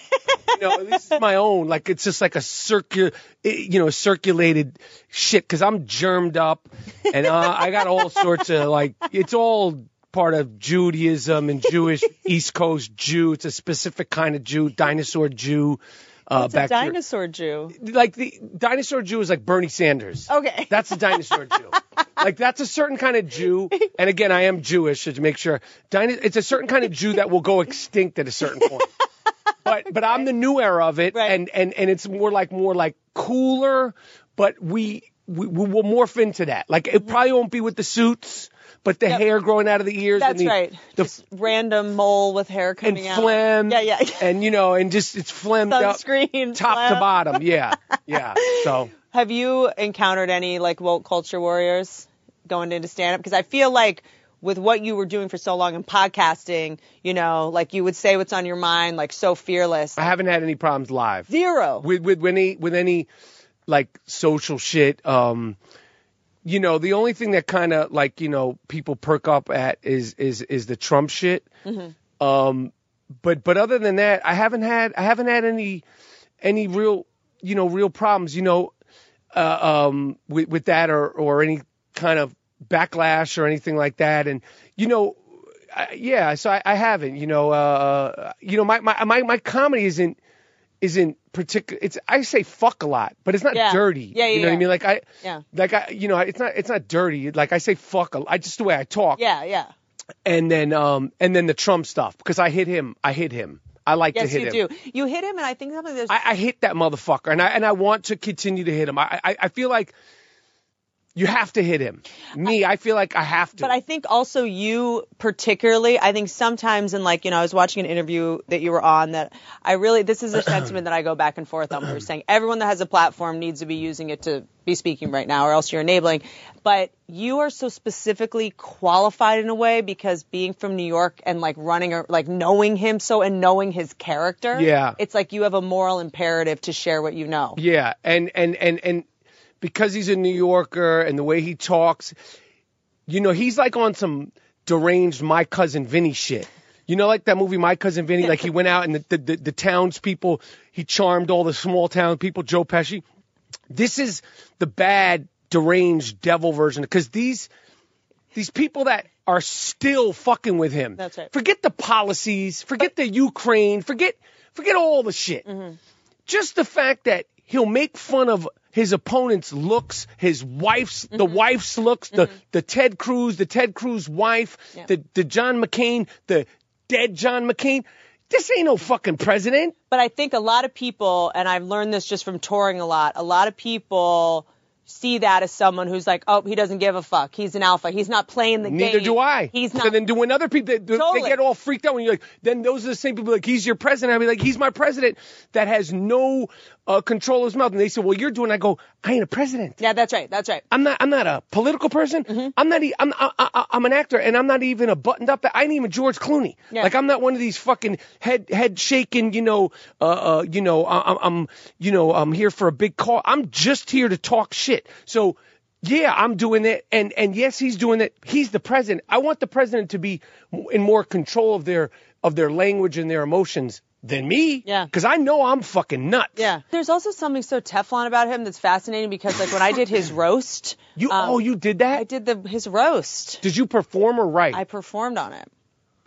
you know, at least it's my own. Like it's just like a circu, you know, circulated shit because I'm germed up and uh, I got all sorts of like it's all part of Judaism and Jewish East Coast Jew. It's a specific kind of Jew, dinosaur Jew. Uh, it's a back here. dinosaur Jew. Like the dinosaur Jew is like Bernie Sanders. Okay. That's [laughs] a dinosaur Jew. like that's a certain kind of Jew. And again, I am Jewish so to make sure. Dino- it's a certain kind of Jew that will go extinct at a certain point. But but I'm the new era of it, Right. and and and it's more like more like cooler. But we we we will morph into that. Like it probably won't be with the suits, but the hair growing out of the ears. That's and the, right. The just random mole with hair and coming out. phlegm. Yeah, [laughs] yeah. And you know, and just it's phlegmed up, Sunscreen, [laughs] top to phlegm. bottom. Yeah, [laughs] yeah. So. Have you encountered any like woke culture warriors going into stand up? Because I feel like with what you were doing for so long in podcasting, you know, like you would say what's on your mind, like so fearless. I haven't had any problems live Zero. with with any with any like social shit. Um, you know, the only thing that kind of like you know people perk up at is is is the Trump shit. Um, but but other than that, I haven't had I haven't had any any real you know real problems. You know, uh, um, with with that or or any kind of backlash or anything like that. And you know, I, yeah, so I, I haven't. You know, uh, you know, my my my, my comedy isn't isn't particular. It's I say fuck a lot, but it's not Yeah. dirty. Yeah, yeah, you know what yeah. I mean? Like I Yeah. like I you know it's not it's not dirty. Like I say fuck a lot. I just the way I talk. Yeah, yeah. And then um and then the Trump stuff because I hit him. I hit him. I like to Yes, hit you him. do. You hit him, and I think something there's. I, I hit that motherfucker, and I and I want to continue to hit him. I I, I feel like you have to hit him. Me, I, feel like I have to. but I think also you particularly, I think sometimes in like, you know, I was watching an interview that you were on that I really, this is a sentiment that I go back and forth on. We were saying everyone that has a platform needs to be using it to be speaking right now or else you're enabling. But you are so specifically qualified in a way because being from New York and like running or like knowing him so and knowing his character. Yeah. It's like you have a moral imperative to share what you know. yeah, and and and and because he's a New Yorker and the way he talks, you know, he's like on some deranged my cousin Vinny shit. You know, like that movie My Cousin Vinny. Like he went out and the the, the, the townspeople, he charmed all the small town people. Joe Pesci. This is the bad, deranged devil version because these these people that are still fucking with him. That's right. Forget the policies. Forget the Ukraine. Forget forget all the Mm-hmm. shit. Just the fact that he'll make fun of his opponent's looks, his wife's the Mm-hmm. wife's looks, the the Ted Cruz, the Ted Cruz wife, Yeah. the the John McCain, the dead John McCain. This ain't no fucking president. but I think a lot of people, and I've learned this just from touring a lot, a lot of people see that as someone who's like, oh, he doesn't give a fuck. He's an alpha. He's not playing the game. Neither do I. He's So not. then, do when other people they, they Totally. get all freaked out when you're like, then those are the same people like, he's your president. I mean, like, he's my president that has no uh, control of his mouth. And they say, well, you're doing. I go, I ain't a president. yeah, that's right. That's right. I'm not. I'm not a political person. Mm-hmm. I'm not. e- I'm. I, I, I'm an actor, and I'm not even a buttoned up. I ain't even George Clooney. Yeah. Like I'm not one of these fucking head head shaking. You know. Uh. uh you know. I, I'm- I'm. You know. I'm here for a big call. I'm just here to talk shit. So. Yeah, I'm doing it, and and yes, he's doing it. He's the president. I want the president to be m- in more control of their of their language and their emotions than me. Yeah. because I know I'm fucking nuts. Yeah. There's also something so Teflon about him that's fascinating because, like, when I did his roast, you. um, oh, you did that. I did the his roast. Did you perform or write? I performed on it.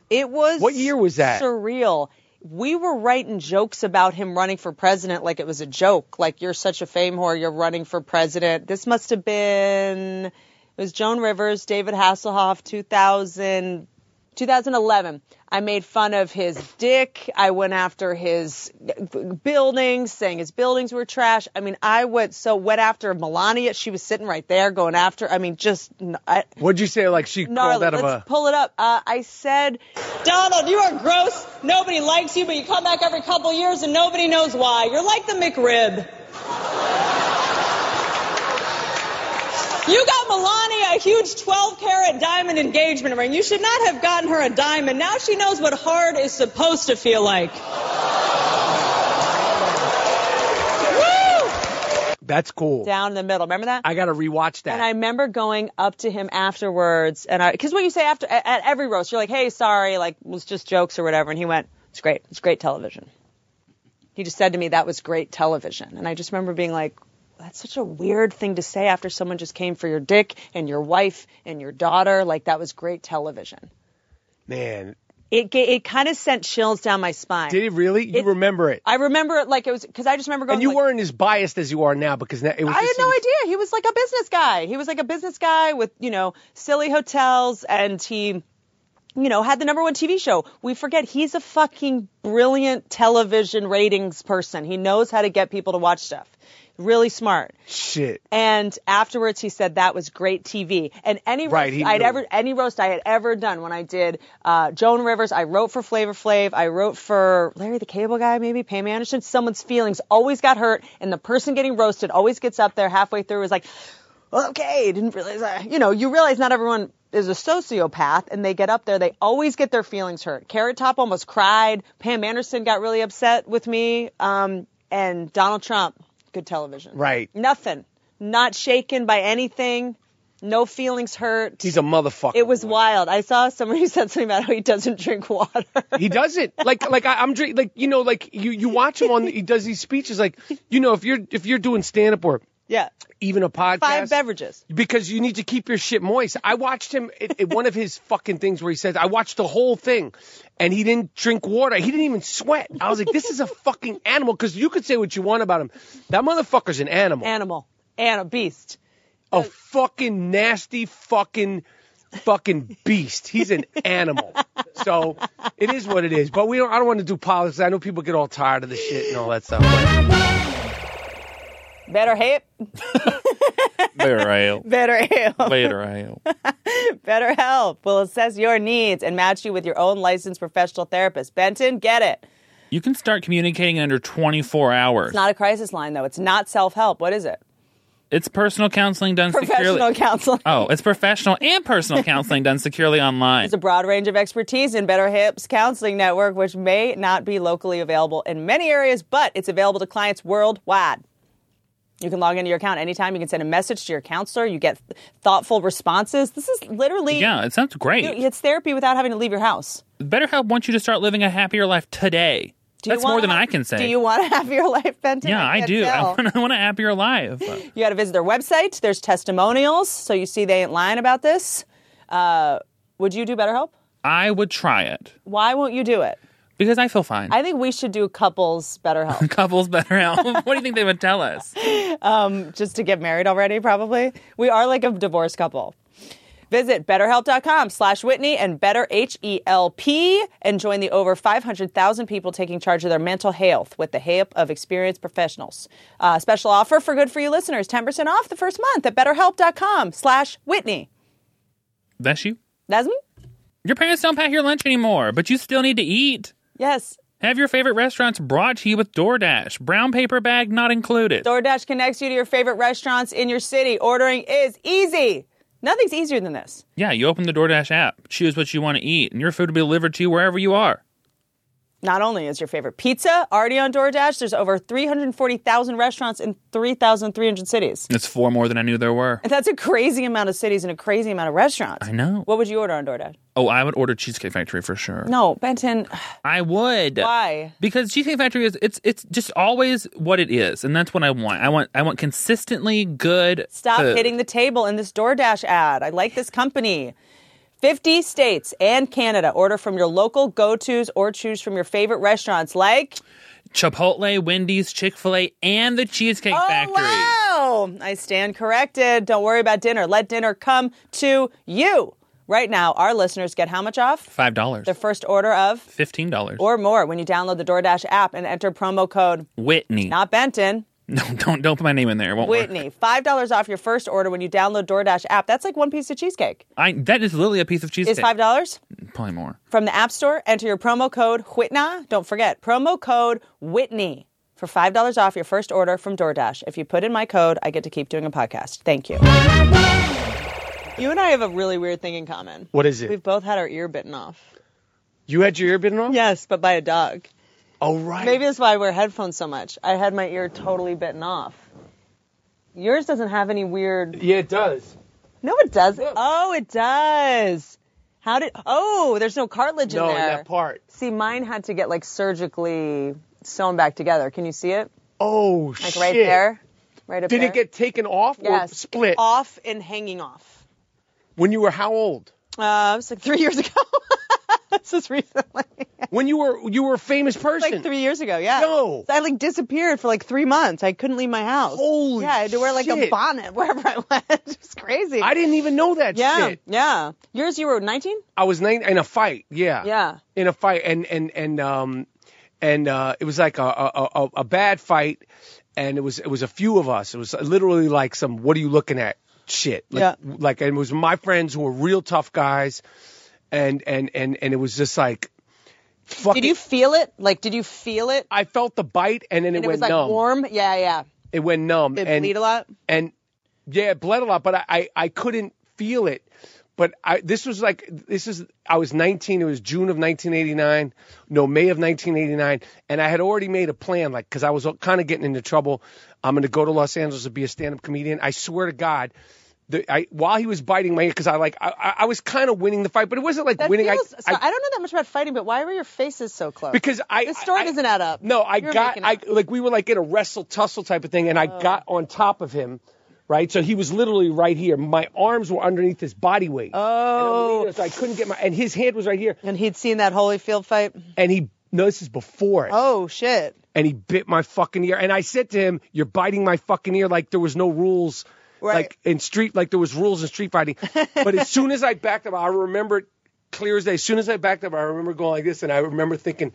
It was What year was that? Surreal. We were writing jokes about him running for president like it was a joke. Like you're such a fame whore, you're running for president. This must have been it was Joan Rivers, David Hasselhoff, 2000 2011. I made fun of his dick. I went after his buildings, saying his buildings were trash. I mean, I went so went after Melania. She was sitting right there going after. I mean, just I, What'd you say? Like she gnarly. crawled out of Let's a. pull it up. Uh, I said, Donald, you are gross. Nobody likes you, but you come back every couple years and nobody knows why. You're like the McRib. You got Melania a huge 12 carat diamond engagement ring. You should not have gotten her a diamond. Now she knows what hard is supposed to feel like. Woo! That's cool. Down in the middle. Remember that? I gotta rewatch that. And I remember going up to him afterwards, and I, because what you say after at, at every roast, you're like, "Hey, sorry, like it was just jokes or whatever," and he went, "It's great, it's great television." He just said to me, "That was great television," and I just remember being like, "That's such a weird thing to say after someone just came for your dick and your wife and your daughter. Like that was great television." Man, It ga- it kind of sent chills down my spine. did it really? You It- remember it? I remember it like it was because I just remember going. and you like, weren't as biased as you are now because now it was. I had just- no idea. He was like a business guy. He was like a business guy with, you know, silly hotels and he, you know, had the number one TV show. We forget he's a fucking brilliant television ratings person. He knows how to get people to watch stuff. Really smart. Shit. And afterwards, he said that was great TV. And any Right, roast he I'd knew. ever any roast I had ever done when I did uh, Joan Rivers, I wrote for Flavor Flav, I wrote for Larry the Cable Guy, maybe Pam Anderson. Someone's feelings always got hurt, and the person getting roasted always gets up there halfway through is like, okay, didn't realize. I, you know, you realize not everyone is a sociopath, and they get up there, they always get their feelings hurt. Carrot Top almost cried. Pam Anderson got really upset with me, um, and Donald Trump. Good television. Right. Nothing. Not shaken by anything. No feelings hurt. He's a motherfucker. it was wild. I saw someone [laughs] who said something about how he doesn't drink water. [laughs] He doesn't like like I, I'm drink like you know like you you watch him on he does these speeches like you know if you're if you're doing stand up or yeah. even a podcast Five beverages. because you need to keep your shit moist. I watched him at, at one of his fucking things where he says, I watched the whole thing and he didn't drink water. He didn't even sweat. I was like, this is a fucking animal because you could say what you want about him. That motherfucker's an animal. Animal. And a beast. a fucking nasty fucking fucking beast. He's an animal. so it is what it is. But we don't I don't want to do politics. I know people get all tired of the shit and all that stuff. But Better hip. Better ale. Better [laughs] hip. Later ale. BetterHelp will assess your needs and match you with your own licensed professional therapist. Benton, get it. You can start communicating in under 24 hours. It's not a crisis line, though. It's not self help. What is it? It's personal counseling done Professional securely. counseling. Oh, it's professional and personal counseling done securely online. It's a broad range of expertise in Better Hips Counseling Network, which may not be locally available in many areas, but it's available to clients worldwide. You can log into your account anytime. You can send a message to your counselor. You get thoughtful responses. This is literally yeah, it sounds great. it's therapy without having to leave your house. BetterHelp wants you to start living a happier life today. Do you That's more wanna [laughs] than have- I can say. Do you want to have your life, Benton? yeah, I can't do. I tell. want, I [laughs] want a [laughs] happier life. You got to visit their website. There's testimonials, so you see they ain't lying about this. Uh, would you do BetterHelp? I would try it Why won't you do it? because I feel fine. I think we should do couples BetterHelp [laughs] Couples BetterHelp. what do you think they would [laughs] tell us? just to get married already. Probably we are like a divorced couple. Visit BetterHelp.com/Whitney and Better H E L P and join the over 500,000 people taking charge of their mental health with the help of experienced professionals. Uh, special offer for good for you listeners: 10% off the first month at BetterHelp.com/Whitney. That's you. That's me. Your parents don't pack your lunch anymore, but you still need to eat. Yes. Have your favorite restaurants brought to you with DoorDash. Brown paper bag not included. DoorDash connects you to your favorite restaurants in your city. Ordering is easy. Nothing's easier than this. yeah, you open the DoorDash app, choose what you want to eat, and your food will be delivered to you wherever you are. Not only is your favorite pizza already on DoorDash, there's over 340,000 restaurants in 3,300 cities. It's four more than I knew there were. And that's a crazy amount of cities and a crazy amount of restaurants. I know. What would you order on DoorDash? Oh, I would order Cheesecake Factory for sure. No, Benton, I would. why? Because Cheesecake Factory is it's it's just always what it is, and that's what I want. I want I want consistently good. Stop food. hitting the table in this DoorDash ad. I like this company. 50 states and Canada order from your local go tos or choose from your favorite restaurants like Chipotle, Wendy's, Chick Fil A, and the Cheesecake Factory. Oh, wow. I stand corrected. Don't worry about dinner. Let dinner come to you. Right now, our listeners get how much off? Five dollars, Their first order of fifteen dollars. or more when you download the DoorDash app and enter promo code Whitney. not Benton, [laughs] no, don't don't put my name in there. It won't work. Whitney. $5 off your first order when you download DoorDash app. That's like one piece of cheesecake. I that is literally a piece of cheesecake. Is $5? Probably more. From the App Store, enter your promo code WHITNA. Don't forget, promo code WHITNey for $5 off your first order from DoorDash. If you put in my code, I get to keep doing a podcast. Thank you. You and I have a really weird thing in common. what is We've it? both had our ear bitten off. You had your ear bitten off? Yes, but by a dog. Oh right. Maybe that's why I wear headphones so much. I had my ear totally bitten off. Yours doesn't have any weird. Yeah, it does. No, it doesn't. Oh, it does. How did. Oh, there's no cartilage No, in in there. that part. See, mine had to get like surgically sewn back together. Can you see it? Oh Like shit. right there, right up Did there. it get taken off yes, or split off and hanging off? when you were how old? Uh, it was like three years ago. [laughs] this is recently, When you were you were a famous person. like three years ago. Yeah. No. I like disappeared for like three months. I couldn't leave my house. Holy Yeah, I had to wear like a shit. bonnet [laughs] wherever I went. it was crazy. I didn't even know that yeah, shit. yeah. Yours, you were 19. I was nine in a fight. Yeah. Yeah. In a fight, and and and um, and uh, it was like a a, a a bad fight, and it was it was a few of us. It was literally like some what are you looking at shit. Like, Yeah. Like and it was my friends who were real tough guys, and and and and it was just like. Fucking, Did you feel it? Like, did you feel it? I felt the bite, and then it and it went was like numb. warm. Yeah, yeah. It went numb. Did it and, bleed a lot? and yeah, it bled a lot, but I, I, I couldn't feel it. But I, this was like, this is, I was 19. It was June of 1989. No, May of 1989. And I had already made a plan, like, cause I was kind of getting into trouble. I'm going to go to Los Angeles to be a stand up comedian. I swear to God, the, I, while he was biting my because I like I- I, I was kind of winning the fight, but it wasn't like That winning. I- feels, so- I, I, don't know that much about fighting, but why were your faces so close? because I the story I- doesn't add up. Oh. No, I You're got I making it. like we were like in a wrestle tussle type of thing, and I got on top of him, right? So he was literally right here. My arms were underneath his body weight. Oh, so I couldn't get my and his hand was right here, and he'd seen that Holyfield fight. and he no, this is before it, Oh shit! and he bit my fucking ear, and I said to him, "You're biting my fucking ear like there was no rules." Right. Like in street, like there was rules in street [laughs] fighting, but as soon as I backed up, I remember it clear as day. As soon as I backed up, I remember going like this, and I remember thinking,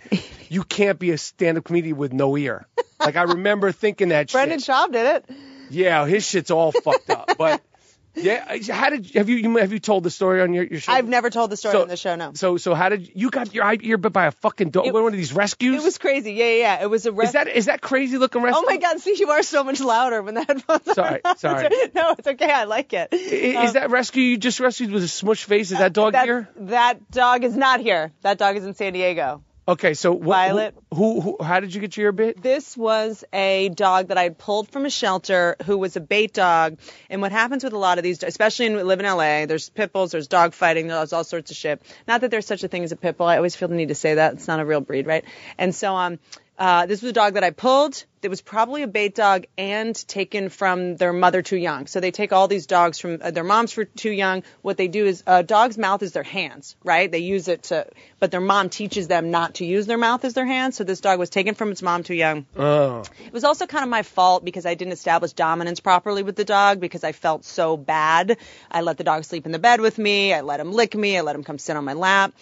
"You can't be a stand-up comedian with no ear." Like I remember thinking that. Brendan shit. Schaub did it. Yeah, his shit's all fucked up. But [laughs] yeah, how did have you, you have you told the story on your, your show? I've never told the story on the show. No, So so how did you got your eye ear bit by a fucking dog? It- one of these rescues? It was crazy. Yeah, yeah, yeah. It was a. Ref- is that is that crazy looking rescue? Oh my God! See, you are so much louder when the [laughs] headphones. are Sorry, on. sorry. No, it's okay. I like it. I- Is, Uh, that rescue you just rescued with a smush face? Is that dog that, ear? that dog is not here. That dog is in San Diego. Okay, so wh- Violet. Who, who, who? How did you get your ear bit? This was a dog that I had pulled from a shelter who was a bait dog. And what happens with a lot of these, especially in we live in LA, there's pit bulls, there's dog fighting, there's all sorts of shit. Not that there's such a thing as a pit bull. I always feel the need to say that. It's not a real breed, right? And so um, uh, this was a dog that I pulled. It was probably a bait dog and taken from their mother too young. So they take all these dogs from uh, their moms for too young. What they do is a dog's mouth is their hands, right? They use it to, but their mom teaches them not to use their mouth as their hands. So this dog was taken from its mom too young. It was also kind of my fault because I didn't establish dominance properly with the dog because I felt so bad. I let the dog sleep in the bed with me. I let him lick me. I let him come sit on my lap.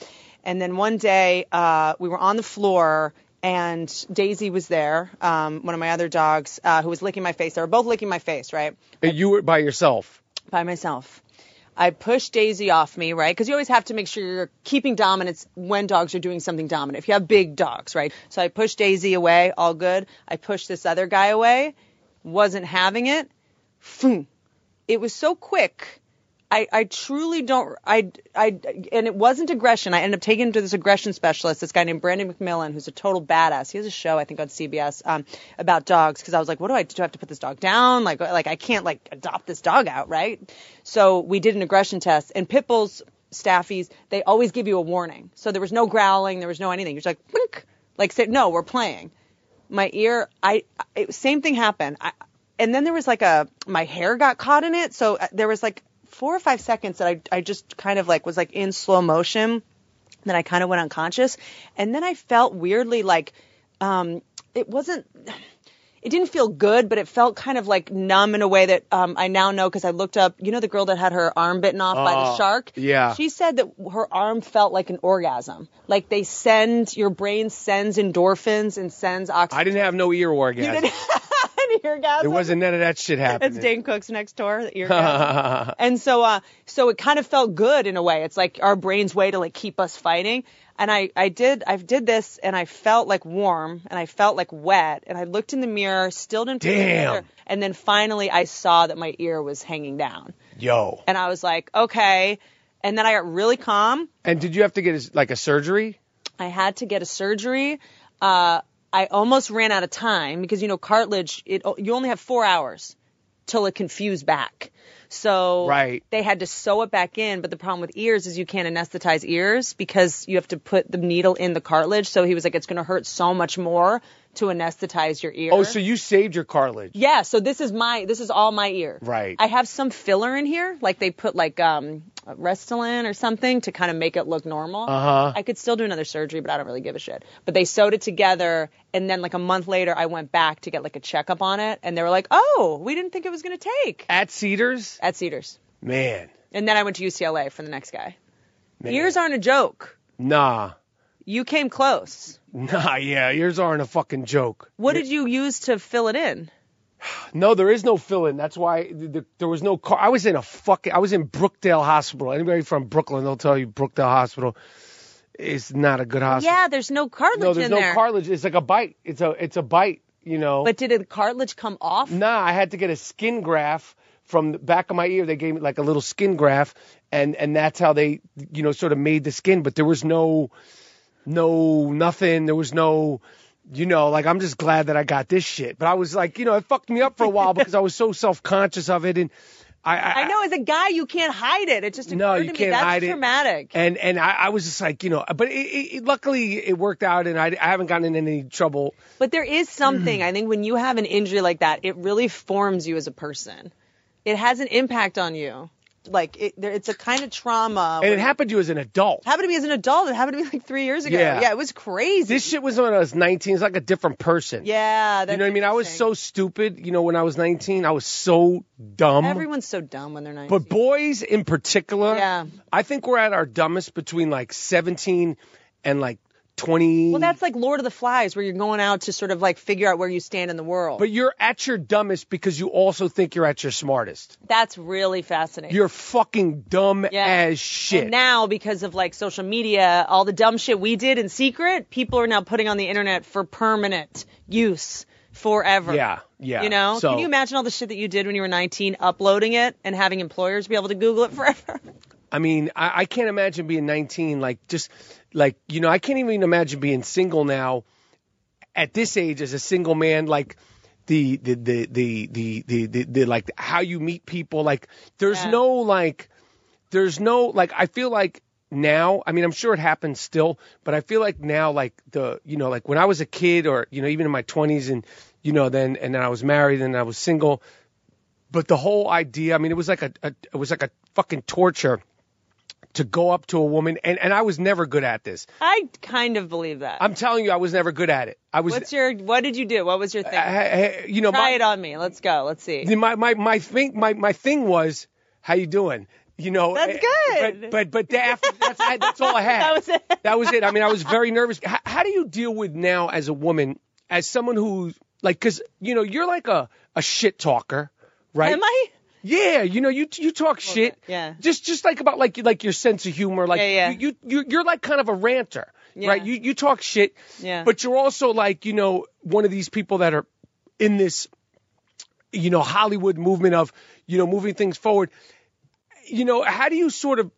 And then one day uh, we were on the floor and Daisy was there, um, one of my other dogs, uh, who was licking my face. They were both licking my face, right? And Uh, you were by yourself. by myself. I pushed Daisy off me, right? Because you always have to make sure you're keeping dominance when dogs are doing something dominant. If you have big dogs, right? So I pushed Daisy away, all good. I pushed this other guy away, wasn't having it. Phoom. It was so quick. I, I truly don't I, I and it wasn't aggression. I ended up taking him to this aggression specialist, this guy named Brandon McMillan, who's a total badass. He has a show I think on CBS um, about dogs because I was like, what do I do? I have to put this dog down? Like like I can't like adopt this dog out, right? So we did an aggression test, and pit bulls, staffies, they always give you a warning. So there was no growling, there was no anything. You're just like, Blink. like say, no, we're playing my ear i it, same thing happened I, and then there was like a my hair got caught in it so uh, there was like four or five seconds that i i just kind of like was like in slow motion then i kind of went unconscious and then i felt weirdly like um it wasn't [sighs] it didn't feel good, but it felt kind of like numb in a way that um, I now know because I looked up. You know the girl that had her arm bitten off by the shark. yeah. She said that her arm felt like an orgasm. Like they send your brain sends endorphins and sends oxytocin [laughs] I didn't have no ear orgasm. an eargasm. There wasn't none of that shit happening. That's Dane Cook's next [laughs] door. The eargasm. and so, uh, so it kind of felt good in a way. It's like our brain's way to like keep us fighting. And I, I did, I did this, and I felt like warm, and I felt like wet, and I looked in the mirror, still didn't. feel Damn. better. And then finally, I saw that my ear was hanging down, Yo. and I was like, okay. And then I got really calm. And did you have to get a, like a surgery? I had to get a surgery. Uh, I almost ran out of time because you know cartilage. It you only have four hours till it can fuse back. So Right. they had to sew it back in. But the problem with ears is you can't anesthetize ears because you have to put the needle in the cartilage. So he was like, it's going to hurt so much more to anesthetize your ear. Oh, so you saved your cartilage. Yeah, so this is my this is all my ear. Right. I have some filler in here, like they put like um Restylane or something to kind of make it look normal. Uh-huh. I could still do another surgery, but I don't really give a shit. But they sewed it together and then like a month later I went back to get like a checkup on it and they were like, "Oh, we didn't think it was going to take." At Cedars? At Cedars. Man. And then I went to UCLA for the next guy. man. Ears aren't a joke. Nah. You came close. Nah, yeah, yours aren't a fucking joke. What did you use to fill it in? No, there is no fill-in. That's why th th there was no car. I was in a fucking. I was in Brookdale Hospital. Anybody from Brooklyn, they'll tell you Brookdale Hospital is not a good hospital. Yeah, there's no cartilage no, there's in no there. cartilage. It's like a bite. It's a it's a bite. You know. but did the cartilage come off? nah, I had to get a skin graft from the back of my ear. They gave me like a little skin graft, and and that's how they you know sort of made the skin. But there was no, no nothing. There was no. You know, like I'm just glad that I got this shit. But I was like, you know, it fucked me up for a while because I was so self conscious of it, and I, I, I know as a guy you can't hide it. It just No, occurred you to me can't that's hide it. traumatic. And and I, I was just like, you know, but it, it, it- luckily it worked out, and I, I haven't gotten in any trouble. But there is Hmm. something I think when you have an injury like that, it really forms you as a person. It has an impact on you. Like it, there, it's a kind of trauma. And where- it happened to you as an adult. happened to me as an adult. It happened to me like three years ago. Yeah. Yeah, it was crazy. This shit was when I was 19. It's like a different person. yeah, that's You know what I mean? I was so interesting. stupid. You know, when I was 19, I was so dumb. everyone's so dumb when they're nineteen. But boys in particular, Yeah. I think we're at our dumbest between like 17 and like 20. well, that's like Lord of the Flies, where you're going out to sort of like figure out where you stand in the world. but you're at your dumbest because you also think you're at your smartest. that's really fascinating. You're fucking dumb Yeah. as shit. And now, because of like social media, all the dumb shit we did in secret, people are now putting on the internet for permanent use forever. Yeah, yeah. You know, So- can you imagine all the shit that you did when you were 19, uploading it and having employers be able to Google it [laughs] forever? I mean, I, I can't imagine being 19. Like, just like you know, I can't even imagine being single now. At this age, as a single man, like the the the the the the, the, the like how you meet people, like there's Yeah. no like there's no like I feel like now I mean I'm sure it happens still but I feel like now like the you know like when I was a kid or you know even in my 20s and you know then and then I was married and I was single but the whole idea I mean it was like a, a it was like a fucking torture to go up to a woman and and I was never good at this I kind of believe that. I'm telling you I was never good at it I was What's your? What did you do? What was your thing? I- I- you know Try Uh, my, it on me. Let's go. Let's see. then my my my thing my my thing was how you doing you know That's eh, good. but but but the after, that's I, [laughs] that's all I had That was it. that was it I mean I was very nervous how, how do you deal with now as a woman as someone who like because you know you're like a a shit talker right Am I? yeah you know you you talk shit bit, yeah. just just like about like like your sense of humor like Yeah, yeah. you you you're like kind of a ranter Yeah. right you you talk shit Yeah. but you're also like you know one of these people that are in this you know Hollywood movement of you know moving things forward. You know, how do you sort of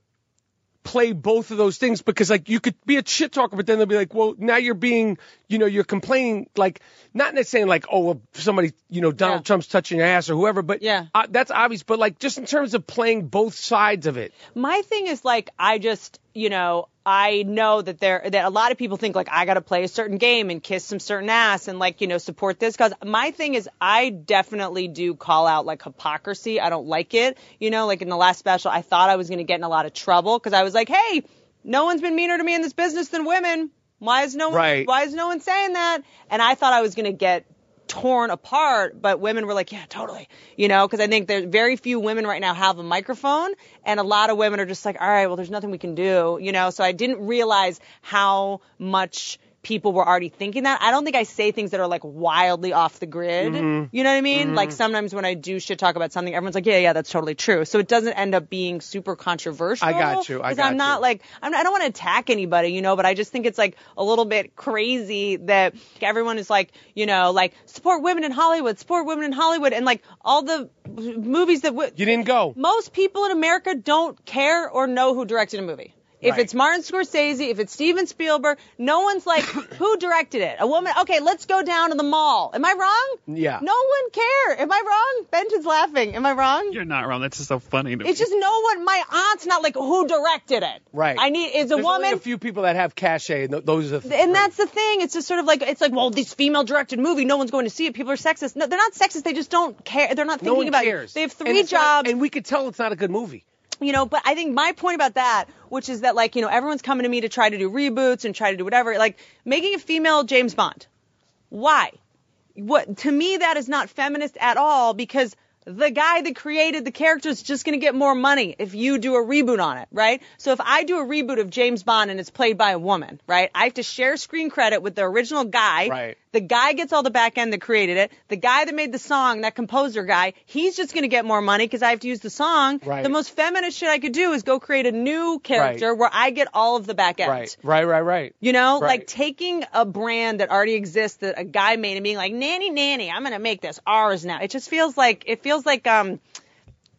play both of those things? Because like you could be a shit talker, but then they'll be like, well, now you're being, you know, you're complaining, like not necessarily like, oh, well, somebody, you know, Donald Yeah. Trump's touching your ass or whoever, but Yeah. uh, that's obvious. But like just in terms of playing both sides of it, My thing is like I just, you know, I know that there that a lot of people think like I got to play a certain game and kiss some certain ass and like, you know, support this cause. My thing is I definitely do call out like hypocrisy. I don't like it. You know, like in the last special, I thought I was going to get in a lot of trouble cuz I was like, "Hey, no one's been meaner to me in this business than women. Why is no one Right. why is no one saying that?" And I thought I was going to get torn apart, but women were like, yeah, totally. You know, because I think there's very few women right now have a microphone, and a lot of women are just like, all right, well, there's nothing we can do. You know, so I didn't realize how much people were already thinking that. I don't think I say things that are like wildly off the grid. Mm-hmm. You know what I mean? Like sometimes when I do shit talk about something, everyone's like, yeah, yeah, that's totally true. So it doesn't end up being super controversial. I got you. I 'cause got I'm not you. like like I'm, I don't want to attack anybody, you know, but I just think it's like a little bit crazy that everyone is like, you know, like support women in Hollywood, support women in Hollywood, and like all the movies that w- you didn't go. most people in America don't care or know who directed a movie. If Right. it's Martin Scorsese, if it's Steven Spielberg, no one's [coughs] like, who directed it? A woman? Okay, let's go down to the mall. Am I wrong? Yeah. No one care. Am I wrong? Benton's laughing. Am I wrong? You're not wrong. That's just so funny to me. It's just no one. My aunt's not like who directed it. Right. I need is a There's woman. Only a few people that have cachet, and th- those are. The and that's the thing. It's just sort of like it's like, well, this female-directed movie, no one's going to see it. People are sexist. No, they're not sexist. They just don't care. They're not no thinking one about cares. it. They have And three it's not- jobs and we could tell it's not a good movie. you know, but I think my point about that, which is that like, you know, everyone's coming to me to try to do reboots and try to do whatever, like making a female James Bond. Why? What to me that is not feminist at all because the guy that created the character is just going to get more money if you do a reboot on it, right? So if I do a reboot of James Bond and it's played by a woman, right? I have to share screen credit with the original guy. Right. The guy gets all the back end that created it. The guy that made the song, that composer guy, he's just going to get more money because I have to use the song. Right. The most feminist shit I could do is go create a new character Right. where I get all of the back end. Right, right, right, right. You know, Right. like taking a brand that already exists that a guy made and being like, nanny, nanny, I'm gonna make this ours now. It just feels like it feels like um,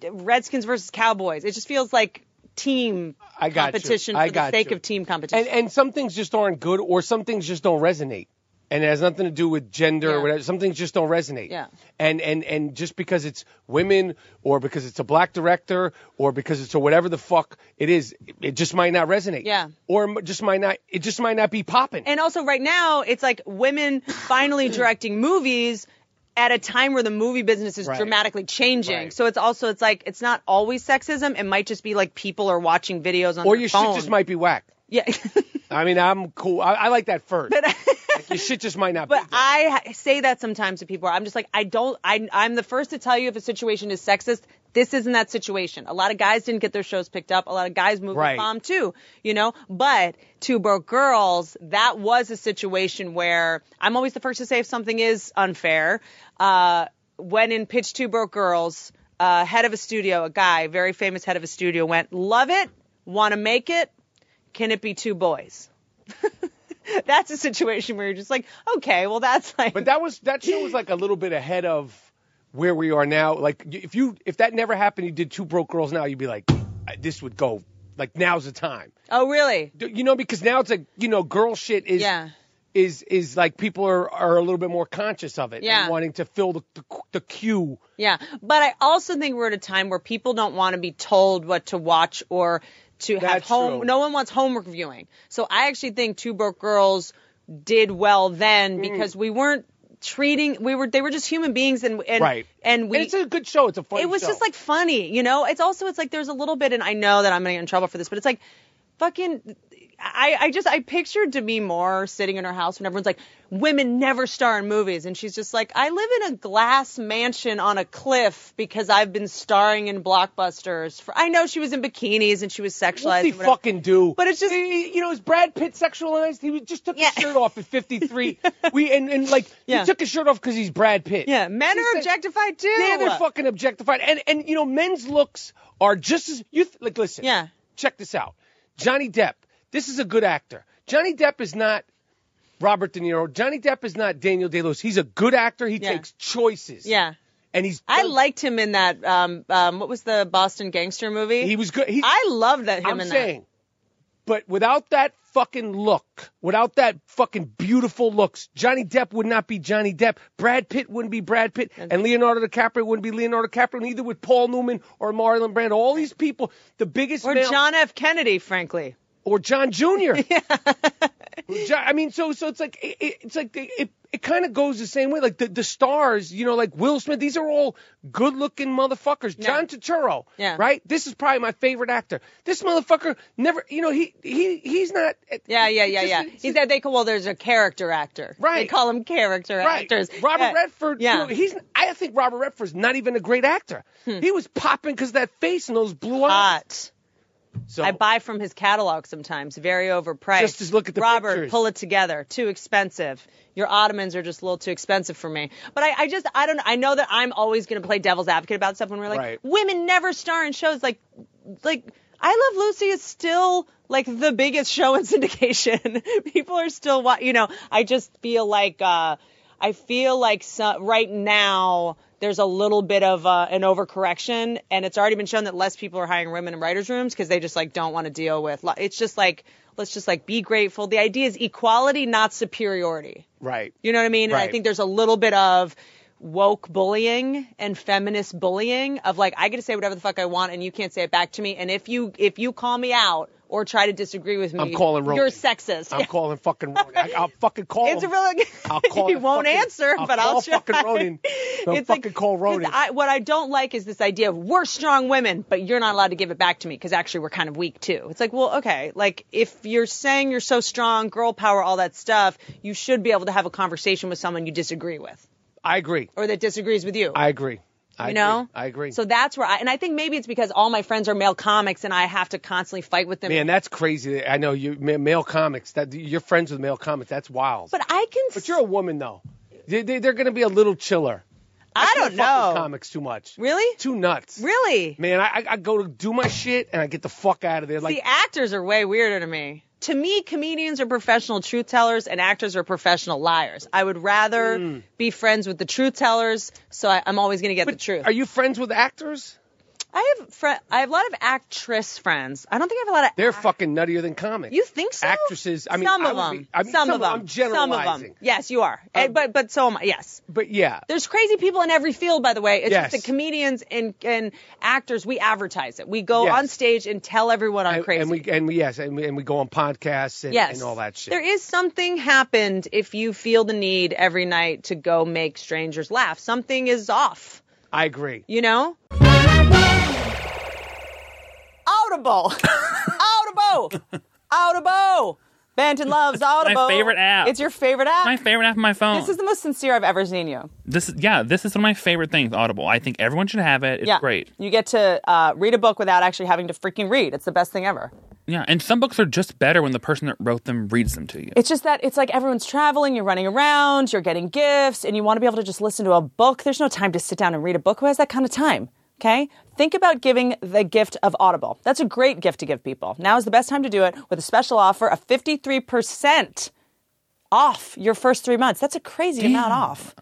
Redskins versus Cowboys. It just feels like team I got you. competition I for got the sake you. of team competition. and and some things just aren't good or some things just don't resonate and it has nothing to do with gender Yeah. or whatever. Some things just don't resonate. Yeah. And and and just because it's women or because it's a black director or because it's a whatever the fuck it is, it- it just might not resonate. Yeah. Or m- just might not. It just might not be popping. and also right now it's like women [clears throat] finally directing movies at a time where the movie business is Right. dramatically changing. Right. So it's also it's like it's not always sexism. It might just be like people are watching videos on or their your shit phone. just might be whack. yeah. [laughs] I mean, I'm cool. I, I like that first. But your shit just might not. But be good. I ha- say that sometimes to people. I'm just like, I don't. I, I'm the first to tell you if a situation is sexist. This isn't that situation. A lot of guys didn't get their shows picked up. A lot of guys moved Right. with mom too, you know. But two broke girls, that was a situation where I'm always the first to say if something is unfair. Uh, when in Pitch Two Broke Girls, uh, head of a studio, a guy, very famous head of a studio, went, "Love it, want to make it. Can it be two boys?" [laughs] that's a situation where you're just like, okay, well, that's like, But that was that show was like a little bit ahead of where we are now. Like y- if you if that never happened, you did two broke girls now, you'd be like, "I- this would go. Like now's the time, oh, really? D- you know, because now it's like you know, girl shit is Yeah. is is like people are are a little bit more conscious of it, and Yeah. wanting to fill the the, the queue. Yeah. But I also think we're at a time where people don't want to be told what to watch or to have That's home. true. No one wants homework viewing. So I actually think Two Broke Girls did well Mm. then because we weren't treating, we were, they were just human beings and, and, Right. and we, it's a good show. It's a fun. it was show. just like funny, you know. It's also it's like there's a little bit, and I know that I'm gonna get in trouble for this, but it's like fucking. I, I just I pictured Demi Moore sitting in her house when everyone's like, women never star in movies, and she's just like, I live in a glass mansion on a cliff because I've been starring in blockbusters. For I know she was in bikinis and she was sexualized. What's he and whatever. fucking do? But it's just- you know, is Brad Pitt sexualized? He was- just took Yeah. his shirt off [laughs] at 53. we and, and like Yeah. he took his shirt off because he's Brad Pitt. yeah, men He are said- objectified too. Yeah, they're fucking objectified, and and you know, men's looks are just as you th- like. Listen, Yeah. Check this out, Johnny Depp. This is a good actor. Johnny Depp is not Robert De Niro. Johnny Depp is not Daniel Day Lewis. He's a good actor. He Yeah. takes choices. Yeah. and he's. I liked him in that. Um, um, what was the Boston gangster movie? He was good. He, I loved that him I'm in saying, but without that fucking look, without that fucking beautiful looks, Johnny Depp would not be Johnny Depp. Brad Pitt wouldn't be Brad Pitt, and Leonardo DiCaprio wouldn't be Leonardo DiCaprio. Neither would Paul Newman or Marlon Brando. All these people, the biggest that. Or male- John F. Kennedy, frankly. or [laughs] John Jr. Jo- I mean, so so it's like it- it, it's like it, it, it kind of goes the same way. Like the, the stars, you know, like Will Smith. These are all good-looking motherfuckers. John Turturro, Yeah. right? This is probably my favorite actor. This motherfucker never, you know, he he he's not. Yeah, yeah, yeah, just- yeah. it's He just- said they call well, there's a character actor. They Right. call him character Right, actors. Robert Yeah. Redford. Yeah. Yeah, he's. I think Robert Redford's not even a great actor. He was popping because that face and those blue eyes. Hmm. hot. So I buy from his catalog sometimes. Very overpriced. Just to look at the Robert, pictures. pull it together. Too expensive. Your Ottomans are just a little too expensive for me. But I, I just, I don't, I know that I'm always going to play devil's advocate about stuff when we're like, Right. women never star in shows. Like, like, I Love Lucy is still like the biggest show in [laughs] syndication. People are still, wa- you know, I just feel like, uh, I feel like so, right now there's a little bit of uh, an overcorrection, and it's already been shown that less people are hiring women in writers' rooms because they just like don't want to deal with. li- It's just like let's just like be grateful. The idea is equality, not superiority. right. You know what I mean? And I Right. think there's a little bit of woke bullying and feminist bullying of like I get to say whatever the fuck I want and you can't say it back to me. And if you if you call me out or try to disagree with me, I'm calling Ronan. you're [laughs] sexist. I'm calling fucking. Ronan. I, I'll fucking call It's him. really. I'll [laughs] call he the won't fucking- answer, I'll but call I'll try. fucking [laughs] Ronan. I'll It's fucking call 'cause Ronan. I, what I don't like is this idea of we're strong women, but you're not allowed to give it back to me because actually we're kind of weak too. It's like, well, okay, like if you're saying you're so strong, girl power, all that stuff, you should be able to have a conversation with someone you disagree with I agree. or that disagrees with you. I agree. I you agree. know, I agree. So that's where I, and I think maybe it's because all my friends are male comics, and I have to constantly fight with them. man, that's crazy. I know you ma- male comics. That you're friends with male comics. That's wild. but I can. But you're a woman though. They, they, they're gonna be a little chiller. I Fuck don't with know. comics too much. Really? Too nuts. Really? Man, I, I- I go to do my shit and I get the fuck out of there. Like the actors are way weirder to me. To me, comedians are professional truth tellers and actors are professional liars. I would rather Hmm. be friends with the truth tellers, so I, I'm always going to get the truth. Are you friends with actors? I have fri I have a lot of actress friends. I don't think I have a lot of. They're ac- fucking nuttier than comics. You think so? Actresses. I mean, some I of would them. be- I mean, some, some of of- them. I'm Some of them. generalizing. Um, Yes, you are. Eh, but but so am I. Yes. But yeah, There's crazy people in every field, by the way. It's Yes. just the comedians and, and actors. We advertise it. We go Yes. on stage and tell everyone I'm and, crazy. and we and we yes, and we, and we go on podcasts and, yes. and all that shit. There is something happened if you feel the need every night to go make strangers laugh. Something is off. I agree. You know. [laughs] Audible. Audible. Audible. Banton loves Audible. favorite app. It's your favorite app. My favorite app on my phone. this is the most sincere I've ever seen you. This is yeah, this is one of my favorite things, Audible. I think everyone should have it. It's yeah. great. You get to uh, read a book without actually having to freaking read. It's the best thing ever. Yeah, and some books are just better when the person that wrote them reads them to you. It's just that it's like everyone's traveling, you're running around, you're getting gifts, and you want to be able to just listen to a book. There's no time to sit down and read a book. Who has that kind of time? Okay? Think about giving the gift of Audible. That's a great gift to give people. Now is the best time to do it with a special offer of 53% off your first three months. That's a crazy amount off.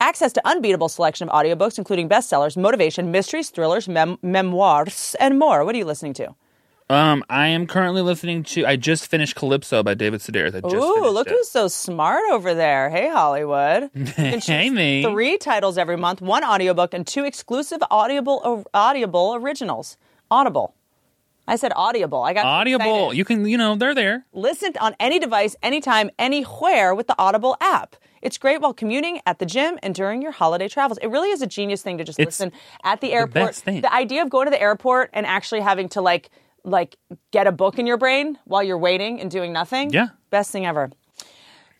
Access to unbeatable selection of audiobooks, including bestsellers, motivation, mysteries, thrillers, mem- memoirs, and more. What are you listening to? Um, I am currently listening to I just finished Calypso by David Sedaris. I just Ooh, finished look it. who's so smart over there. Hey, [laughs] Hollywood. You can choose Hey, me. Three titles every month, one audiobook, and two exclusive Audible, uh, Audible originals. Audible. I said Audible. I got Audible. excited. You can you know, they're there. Listen on any device, anytime, anywhere with the Audible app. It's great while commuting, at the gym, and during your holiday travels. It really is a genius thing to just It's listen at the airport. best thing. The idea of going to the airport and actually having to like like get a book in your brain while you're waiting and doing nothing. Yeah. Best thing ever.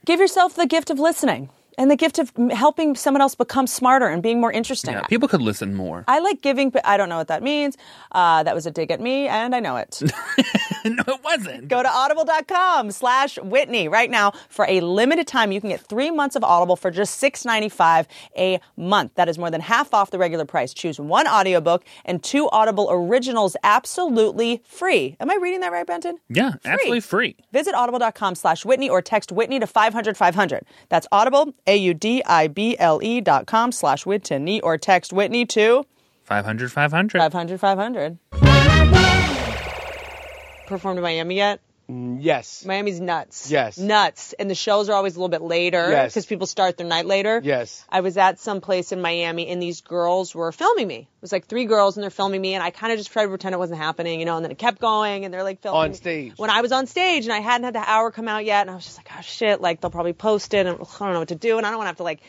Give yourself the gift of listening and the gift of m- helping someone else become smarter and being more interesting. Yeah, people could listen more. I like giving, but I don't know what that means. Uh, that was a dig at me, and I know it. [laughs] no, it wasn't. Go to audible.com slash Whitney right now for a limited time. You can get three months of Audible for just $6.95 a month. That is more than half off the regular price. Choose one audiobook and two Audible originals absolutely free. Am I reading that right, Benton? Yeah, absolutely free. Visit audible.com slash Whitney or text Whitney to 500 500. That's audible, A U D I B L E dot com slash Whitney or text Whitney to 500 500. 500 500. Performed in Miami yet? Yes. Miami's nuts. Yes. Nuts. And the shows are always a little bit later Yes. because people start their night later. Yes. I was at some place in Miami and these girls were filming me. It was like three girls and they're filming me and I kind of just tried to pretend it wasn't happening, you know, and then it kept going and they're like filming On me. stage. Mm. When I was on stage and I hadn't had the hour come out yet and I was just like, oh shit, like they'll probably post it and ugh, I don't know what to do and I don't want to have to like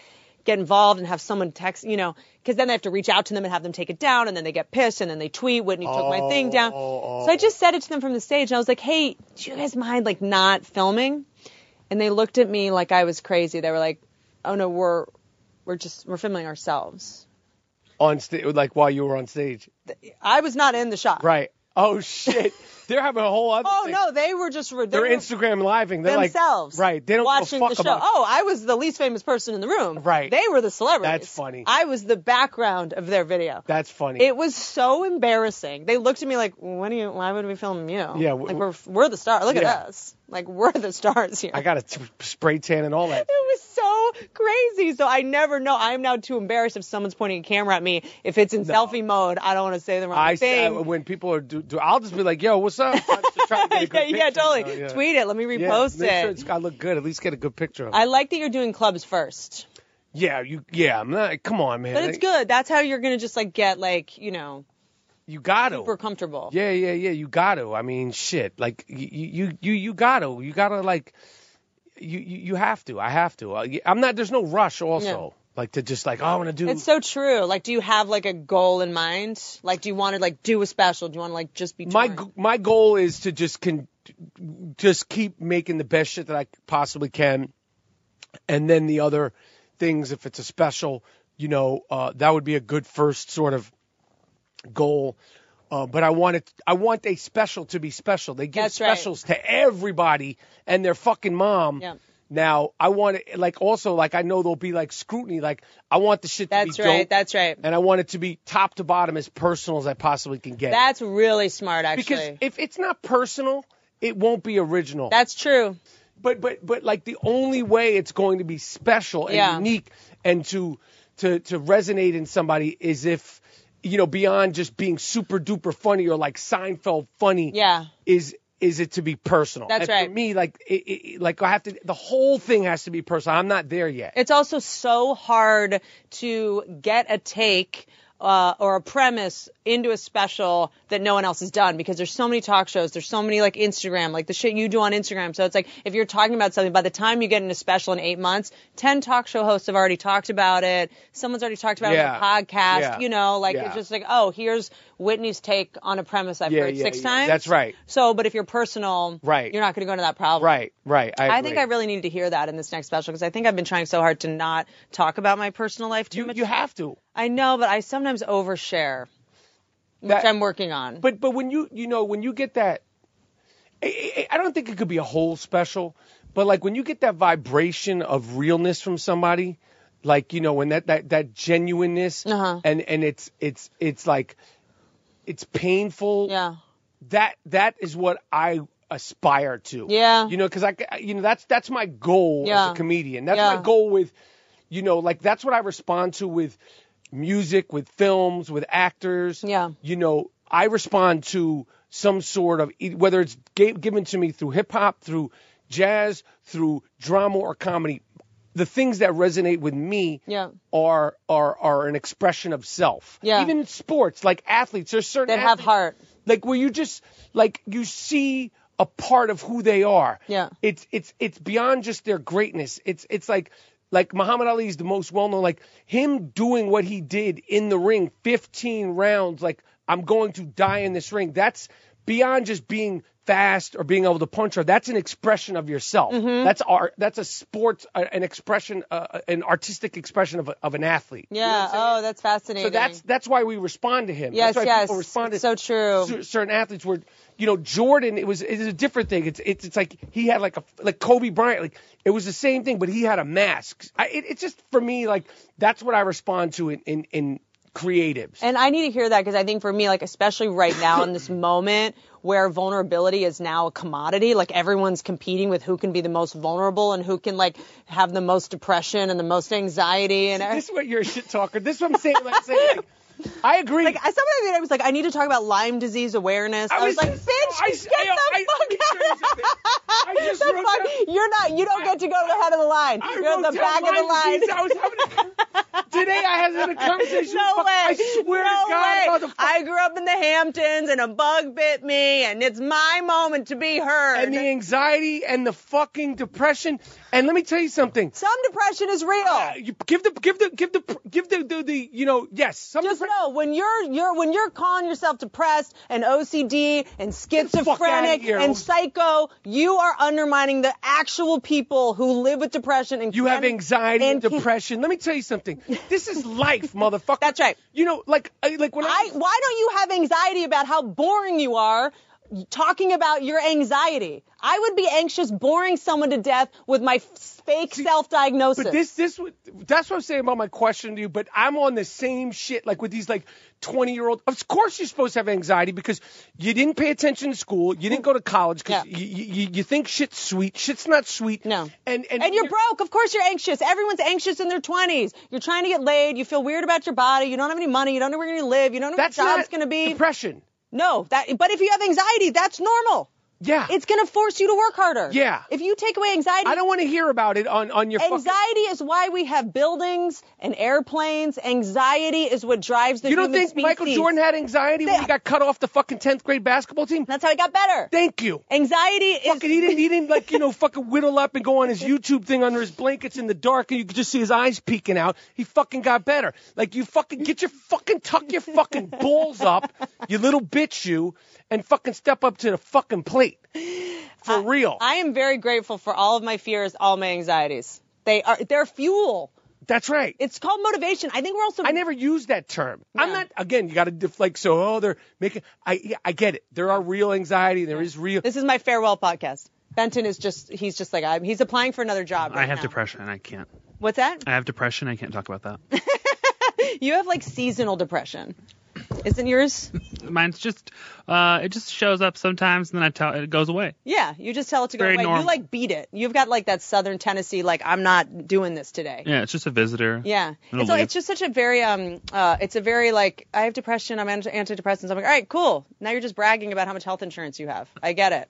get involved and have someone text, you know, because then they have to reach out to them and have them take it down and then they get pissed and then they tweet, Whitney took my thing Oh, down. So I just said it to them from the stage and I was like, hey, do you guys mind like not filming? and they looked at me like I was crazy. They were like, "Oh no, we're we're just we're filming ourselves." On stage, like while you were on stage. I was not in the shot. Right. Oh [laughs] shit. They're having a whole other. Oh thing. no, they were just they They're were Instagram living. They're themselves. Like, right. They don't watching give a fuck the show. about. Oh, I was the least famous person in the room. Right. They were the celebrities. That's funny. I was the background of their video. [laughs] That's funny. it was so embarrassing. They looked at me like, "What do you? Why would we film you? Yeah, w- like we're we're the star. Look Yeah. at us. Like we're the stars here." I got a t- spray tan and all that. [laughs] It was so crazy. So I never know. I'm now too embarrassed if someone's pointing a camera at me. If it's in selfie mode, I don't want to say the wrong I, I thing. when people are do, do, I'll just be like, "Yo, what's up?" I'm just trying to [laughs] get a yeah, good yeah, picture, totally. you know, yeah. Tweet it. Let me Yeah, repost make it. sure it's got to look good. At least get a good picture of it. I like that you're doing clubs first, yeah, you. Yeah, I'm not. Come on, man. but it's good. That's how you're gonna just like get like you know You got to. super comfortable. Yeah, yeah, yeah. You got to. I mean, shit. Like you, you, you, you got to. You got to like. You, you, you have to. I have to. I- I'm not. There's no rush. Also, No. like to just like, oh, I want to do. It's so true. Like, do you have like a goal in mind? Like, do you want to like do a special? Do you want to like just be my touring? g- my goal is to just can just keep making the best shit that I possibly can, and then the other things, if it's a special, you know, uh, that would be a good first sort of goal. Uh, but I want it. I want a special to be special. They give That's right. specials to everybody and their fucking mom. Yeah. Now I want it. Like also, like I know there'll be like scrutiny. Like I want the shit That's to be right. dope, That's right. and I want it to be top to bottom as personal as I possibly can get. it. That's really smart, actually. Because if it's not personal, it won't be original. That's true. but but but like the only way it's going to be special and Yeah. unique and to to to resonate in somebody is if you know, beyond just being super duper funny or like Seinfeld funny. Yeah. Is is it to be personal? And That's right. For me, like, it, it, like I have to. The whole thing has to be personal. I'm not there yet. It's also so hard to get a take uh, or a premise into a special that no one else has done because there's so many talk shows, there's so many like Instagram, like the shit you do on Instagram. So it's like if you're talking about something, by the time you get into special in eight months, ten talk show hosts have already talked about it. Someone's already talked about it Yeah. on a podcast. Yeah. You know, like Yeah. it's just like oh, here's Whitney's take on a premise I've Yeah, heard yeah, six yeah. times. That's right. So, but if you're personal, Right. you're not going to go into that problem. Right, right. I, I agree. think I really need to hear that in this next special because I think I've been trying so hard to not talk about my personal life too You, much. you have to. I know, but I sometimes overshare, That- which I'm working on. But but when you you know when you get that, I, I I don't think it could be a whole special, but like when you get that vibration of realness from somebody, like you know when that that that genuineness Uh-huh. and and it's it's it's like it's painful. yeah, That that is what I aspire to. Yeah. You know because I c- you know that's that's my goal as Yeah. a comedian. That's Yeah. my goal with, you know like that's what I respond to with music, with films, with actors. Yeah. You know, I respond to some sort of e, whether it's ga- given to me through hip hop, through jazz, through drama or comedy. The things that resonate with me Yeah. are are are an expression of self. Yeah. Even in sports, like athletes, there's certain that have athletes- heart. like where you just like you see a part of who they are. Yeah. It's it's it's beyond just their greatness. It's it's like like Muhammad Ali is the most well known. Like him doing what he did in the ring, 15 rounds. Like I'm going to die in this ring. That's beyond just being fast or being able to punch or that's an expression of yourself Mm-hmm. that's art that's a sport uh, an expression uh, an artistic expression of, a, of an athlete You know what Yeah. I'm saying? oh, that's fascinating. So that's that's why we respond to him. Yes, that's why yes. people respond to It's so true. cer- Certain athletes were, you know, Jordan. It was it's a different thing. It's it's it's like he had like a like Kobe Bryant. Like it was the same thing, but he had a mask. I, it, it's just for me like that's what I respond to in in, in creatives. And I need to hear that because I think for me, like especially right now in this [laughs] moment where vulnerability is now a commodity, like everyone's competing with who can be the most vulnerable and who can like have the most depression and the most anxiety and this is what you're a shit talker. This is what I'm saying. Like, I'm saying, like, I agree. Like I somebody I was like, I need to talk about Lyme disease awareness. I was, like, just- bitch, I- get I- the I- fuck let me out. show you something. I just The wrote fuck- down- You're not. You don't get to go to the head of the line. I You're at wrote the down back of the Lyme line. disease. I was having a, today I had a conversation. [laughs] No with- way. I swear no to God way. about the fuck- I grew up in the Hamptons and a bug bit me, and it's my moment to be heard. and the anxiety and the fucking depression. And let me tell you something. Some depression is real. Uh, you give the give the give the give the the, the you know yes some just depre- know when you're you're when you're calling yourself depressed and OCD and the fuck outta schizophrenic here. and psycho, you are undermining the actual people who live with depression and you have can- anxiety and and can- depression. Let me tell you something. This [laughs] is life, motherfucker. That's right. You know, like I- like when I, I, why don't you have anxiety about how boring you are? Talking about your anxiety, I would be anxious boring someone to death with my f- fake self-diagnosis. But this, this, would- that's what I'm saying about my question to you. But I'm on the same shit, like with these like 20 year old. Of course, you're supposed to have anxiety because you didn't pay attention to school, you didn't go to college because Yeah. you, you you think shit's sweet, shit's not sweet. No. And and, And you're broke. Of course you're anxious. Everyone's anxious in their 20s. You're trying to get laid. You feel weird about your body. You don't have any money. You don't know where you're going to live. You don't know That's what your not job's going to be. depression. No, that. But if you have anxiety, that's normal. Yeah. It's going to force you to work harder. Yeah. If you take away anxiety, I don't want to hear about it on on your fucking. Anxiety is why we have buildings and airplanes. Anxiety is what drives the You don't human think Michael species. Jordan had anxiety when They- he got cut off the fucking 10th grade basketball team? That's how he got better. Thank you. Anxiety is Fucking, he didn't, he didn't like, you know, fucking whittle up and go on his YouTube thing under his blankets in the dark and you could just see his eyes peeking out. He fucking got better. Like, you fucking get your fucking, tuck your fucking balls up, you little bitch, you, and fucking step up to the fucking plate. For real. Uh, I am very grateful for all of my fears, all my anxieties. They are they're fuel. That's right. It's called motivation. I think we're also I never use that term. I'm Yeah. not, again, you got to deflect. So, oh, they're making, I, yeah, I get it. There are real anxiety. There is real. This is my farewell podcast. Benton is just he's just like I'm, he's applying for another job. I right have now. depression. I can't. What's that? I have depression. I can't talk about that. [laughs] You have like seasonal depression. [laughs] Isn't yours? Mine's just uh, it just shows up sometimes and then I tell it goes away. Yeah, you just tell it to go Very away. You normal. like beat it. You've got like that Southern Tennessee, like I'm not doing this today. Yeah, it's just a visitor. Yeah, It'll it's, like, leave. it's just such a very um, uh, it's a very like I have depression, I'm anti- antidepressants. I'm like, all right, cool. Now you're just bragging about how much health insurance you have. I get it.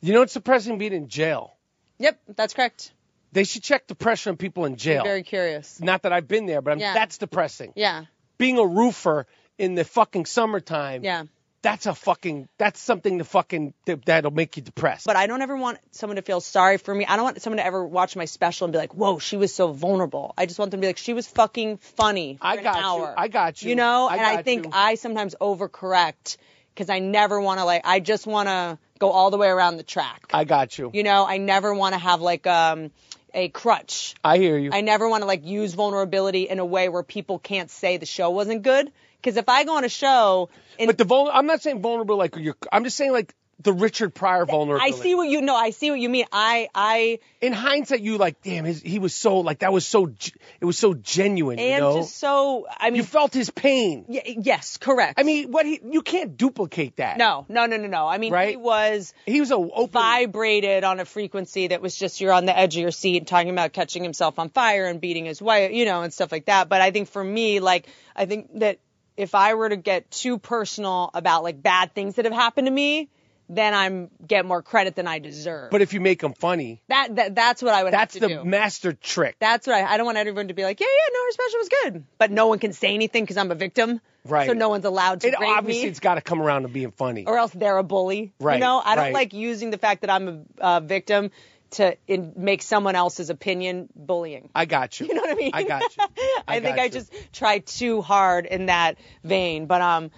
You know, it's depressing being in jail. Yep, that's correct. They should check depression on people in jail. Very curious. Not that I've been there, but I'm, Yeah. that's depressing. Yeah, Being a roofer in the fucking summertime. yeah. That's a fucking. That's something to fucking that, that'll make you depressed. But I don't ever want someone to feel sorry for me. I don't want someone to ever watch my special and be like, whoa, she was so vulnerable. I just want them to be like, she was fucking funny. For I an got you. hour. I got you. You know, I and I got think you. I sometimes overcorrect because I never want to like. I just want to go all the way around the track. I got you. You know, I never want to have like um, a crutch. I hear you. I never want to like use vulnerability in a way where people can't say the show wasn't good. Because if I go on a show and but the vul- I'm not saying vulnerable like you're. I'm just saying like the Richard Pryor I vulnerability. see what you know, I see what you mean. I I In hindsight, you like, damn, his, he was so like that was so. ge- It was so genuine. you am know? just so. I mean, you felt his pain. y- yes, correct. I mean, what he you can't duplicate that. no, no, no, no, no. I mean, he Right? was he was a open. vibrated on a frequency that was just you're on the edge of your seat talking about catching himself on fire and beating his wife, you know, and stuff like that. But I think for me, like, I think that if I were to get too personal about like bad things that have happened to me, then I'm get more credit than I deserve. But if you make him funny, that, that that's what I would that's have the to do. master trick. That's what I, I don't want everyone to be like, yeah, yeah, no, her special was good. But no one can say anything because I'm a victim. Right. So no one's allowed to it, grade obviously, me. it's got to come around to being funny. or else they're a bully. You Right, know, I don't right. like using the fact that I'm a, a victim to in, make someone else's opinion bullying. I got [laughs] you. You know what I mean? I got you. I, think got I you. just try too hard in that vein. But um,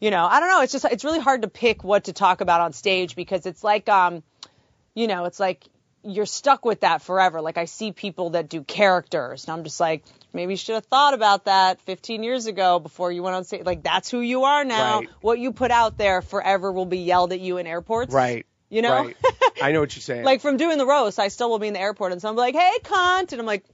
you know, I don't know. It's just it's really hard to pick what to talk about on stage because it's like um, you know, it's like you're stuck with that forever. Like I see people that do characters, and I'm just like, maybe you should have thought about that 15 years ago before you went on stage. Like that's who you are now. Right. What you put out there forever will be yelled at you in airports. Right. You know. Right. I know what you're saying. [laughs] Like from doing the roast, I still will be in the airport, and someone will be like, "Hey, cunt," and I'm like,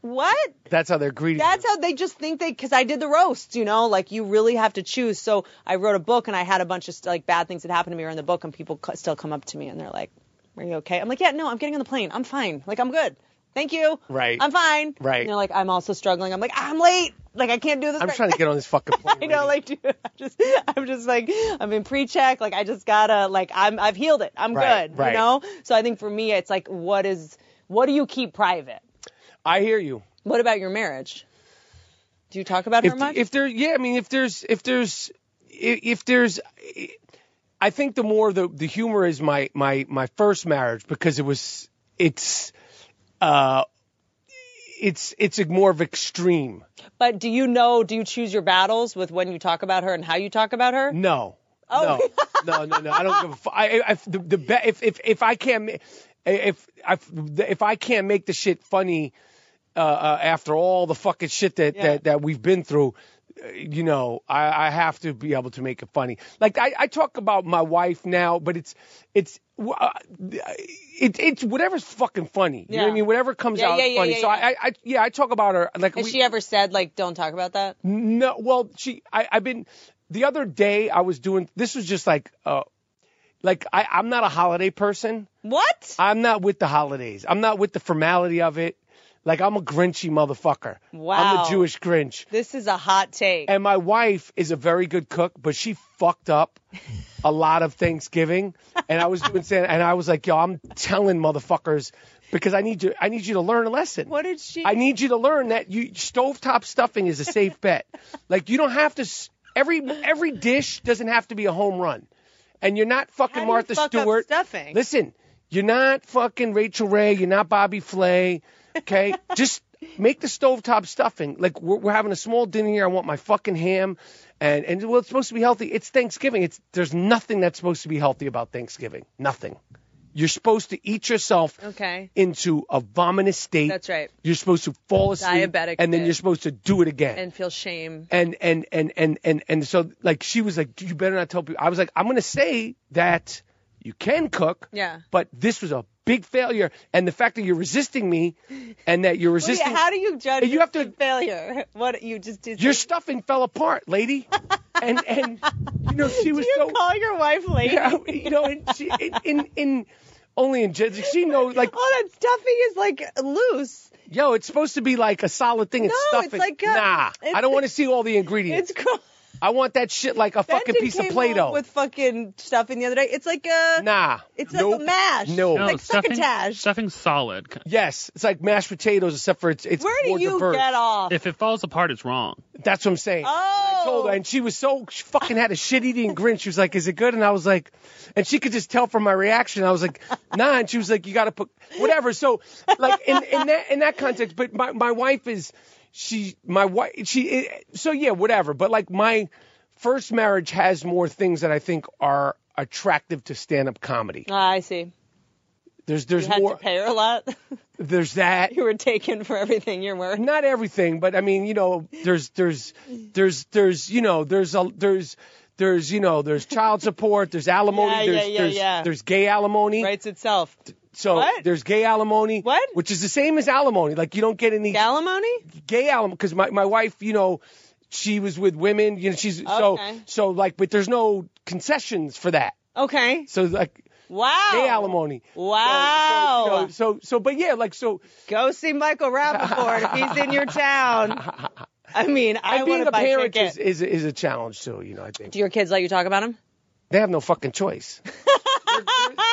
"What?" that's how they're greedy. That's how they just think they, because I did the roast, you know, like you really have to choose. So I wrote a book and I had a bunch of like bad things that happened to me are in the book, and people c- still come up to me and they're like, "Are you okay?" I'm like, "Yeah, no, I'm getting on the plane. I'm fine. Like I'm good. Thank you. Right. I'm fine. Right. And they're like, "I'm also struggling. I'm like, I'm late. Like I can't do this. I'm right trying to get on this fucking [laughs] plane. you know, right like, dude, I'm just, I'm just like, I'm in pre-check. Like, I just gotta, like, I'm, I've healed it. I'm Right, good. right. You know. So I think for me, it's like, what is, what do you keep private? now. I hear you. What about your marriage? Do you talk about If, her much? if there, yeah, I mean, if there's, if there's, if, if there's, I think the more the the humor is my my my first marriage because it was it's, uh, it's it's a more of extreme. but do you know? Do you choose your battles with when you talk about her and how you talk about her? No. Oh. No. no, no, no. I don't give a fuck. I, I, if the, the be- if, if if I can't ma- if if if I can't make the shit funny uh, uh, after all the fucking shit that Yeah. that, that we've been through, uh, you know, I, I have to be able to make it funny. Like I, I talk about my wife now, but it's it's. w- uh, It, it's whatever's fucking funny. You know what Yeah. I mean? Whatever comes Yeah, out yeah, is yeah, funny. yeah, so yeah. I, I, I, yeah, I talk about her. Like Has we, she ever said like, don't talk about that? no, well, she. I, I've been the other day. I was doing. This was just like, uh, like I, I'm not a holiday person. What? I'm not with the holidays. I'm not with the formality of it. Like I'm a Grinchy motherfucker. I'm Wow. a Jewish Grinch. this is a hot take. And my wife is a very good cook, but she fucked up a lot of Thanksgiving. And I was doing, [laughs] and I was like, yo, I'm telling motherfuckers because I need you. I need you to learn a lesson. what did she? I need you to learn that you stovetop stuffing is a safe [laughs] bet. like you don't have to s- every every dish doesn't have to be a home run. And you're not fucking How do you Martha fuck up Stewart. stuffing? Listen, you're not fucking Rachel Ray, you're not Bobby Flay, [laughs] okay? Just make the stovetop stuffing. Like we're, we're having a small dinner here. I want my fucking ham and and well it's supposed to be healthy. It's Thanksgiving. It's there's nothing that's supposed to be healthy about Thanksgiving. Nothing. You're supposed to eat yourself Okay. into a vomitous state. That's right. You're supposed to fall asleep, Diabetic and then fit. you're supposed to do it again. and feel shame. and and and and and and so like she was like, you better not tell people. I was like, I'm gonna say that you can cook. Yeah. But this was a big failure, and the fact that you're resisting me, and that you're Well, resisting. yeah, how do you judge? And you have to- big failure. [laughs] What you just did? your stuffing fell apart, [laughs] lady. and and you know she Do was you so [laughs] call your wife lady? [laughs] you know and she in in, in only in Jersey she [laughs] knows like Oh, that stuffing is like loose. yo it's supposed to be like a solid thing. It's No, stuffing. it's like a- nah, it's- I don't want to see all the ingredients. It's gross. I want that shit like a fucking [laughs] Benton piece of came Play-Doh. home With fucking stuffing the other day. It's like uh, a. nah, It's like Nope. a mash. No. No, Like stuffing, succotash. stuffing's solid. C- Yes, it's like mashed potatoes except for it's it's Where more do you diverse. get off? If it falls apart, it's wrong. That's what I'm saying. Oh. I told her, and she was so she fucking had a shit eating grin. She was like, "Is it good?" And I was like, and she could just tell from my reaction. I was like, [laughs] "Nah," and she was like, "You got to put whatever." So, like in, in that in that context, but my my wife is she my wife she it, so yeah whatever. But like my first marriage has more things that I think are attractive to stand up comedy. Ah, I see. There's there's You had more to pay her a lot. [laughs] there's that. you were taken for everything you're worth. not everything, but I mean, you know, there's there's there's there's you know, there's a there's there's you know, there's child support, there's alimony, Yeah, yeah, there's yeah, there's yeah. there's gay alimony. Writes itself. So What? there's gay alimony, What? which is the same as alimony. Like you don't get any Alimony? gay alimony because my my wife, you know, she was with women, you know, she's so Okay. so like, but there's no concessions for that. Okay. So like Wow. gay alimony. Wow. So, so, you know, so so but yeah, like so Go see Michael Rappaport if he's in your [laughs] town. I mean, I being want to a buy parent tickets. is, is is a challenge too, you know, I think. Do your kids let you talk about him? they have no fucking choice. They're-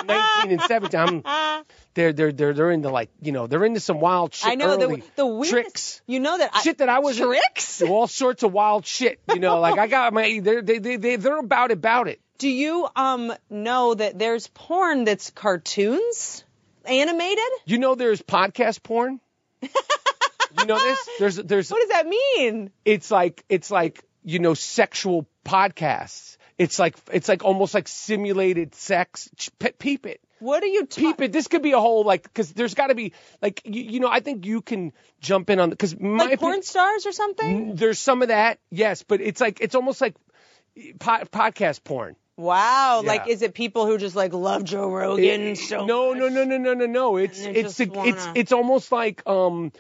they're 19 and 17. I'm, they're they're they're they're into like you know they're into some wild shit. I know early. the the weirdest, tricks. You know that I, Shit that I was tricks. all sorts of wild shit. You know, like I got my they're they they they they're about about it. Do you um know that there's porn that's cartoons, animated? You know, there's podcast porn. you know [laughs] this? There's there's What does that mean? it's like it's like you know sexual podcasts. It's like it's like almost like simulated sex. Ch- pe- Peep it. What are you talking? peep it. This could be a whole like because there's got to be like you, you know I think you can jump in on because my Like porn opinion- stars or something? there's some of that yes, but it's like it's almost like po- podcast porn. Wow. Yeah. Like, is it people who just like love Joe Rogan so? no no no no no no no it's And they it's just the- it's wanna- it's almost like um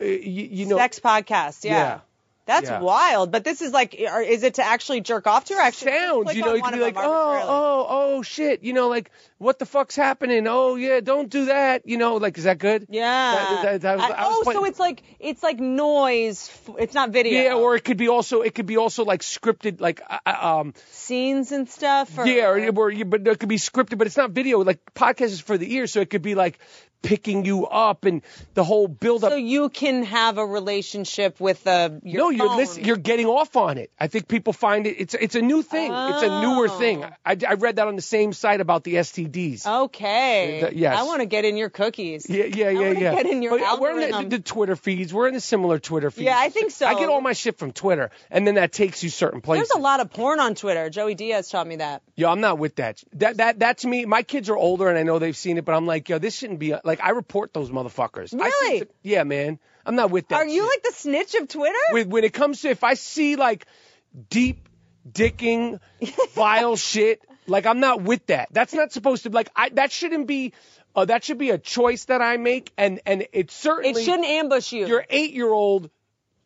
uh, you, you know Sex podcast. Yeah. Yeah. That's Yeah. wild. But this is like, or is it to actually jerk off to or actually? sounds click you know on you one could be of like them oh arbitrarily? oh oh shit you know like what the fuck's happening oh yeah don't do that you know like is that good Yeah. That- that- that was- I- I was oh, playing- so it's like it's like noise. f- It's not video. yeah or it could be also it could be also like scripted like uh, uh, um scenes and stuff. Or, Yeah, or, or you, but it could be scripted, but it's not video. Like podcast is for the ear, so it could be like picking you up and the whole build up. so you can have a relationship with uh, your no, you're phone. listen, you're getting off on it. I think people find it. It's it's a new thing. It's a newer Oh. thing. I, I read that on the same site about the STDs. Okay. Uh, th- yes. I want to get in your cookies. Yeah, yeah, yeah, wanna yeah. get in your But we're in algorithm. the, the Twitter feeds. We're in the similar Twitter feeds. Yeah, I think so. I get all my shit from Twitter, and then that takes you certain places. There's a lot of porn on Twitter. Joey Diaz taught me that. Yo, I'm not with that. That that that to me, my kids are older and I know they've seen it, but I'm like, yo, this shouldn't be like I report those motherfuckers. I see- Really? yeah, man. I'm not with that. Are you shit. like the snitch of Twitter? with when it comes to if I see like deep dicking [laughs] vile shit, like I'm not with that. That's not supposed to like I that shouldn't be uh, that should be a choice that I make and and it it certainly shouldn't ambush you. your 8-year-old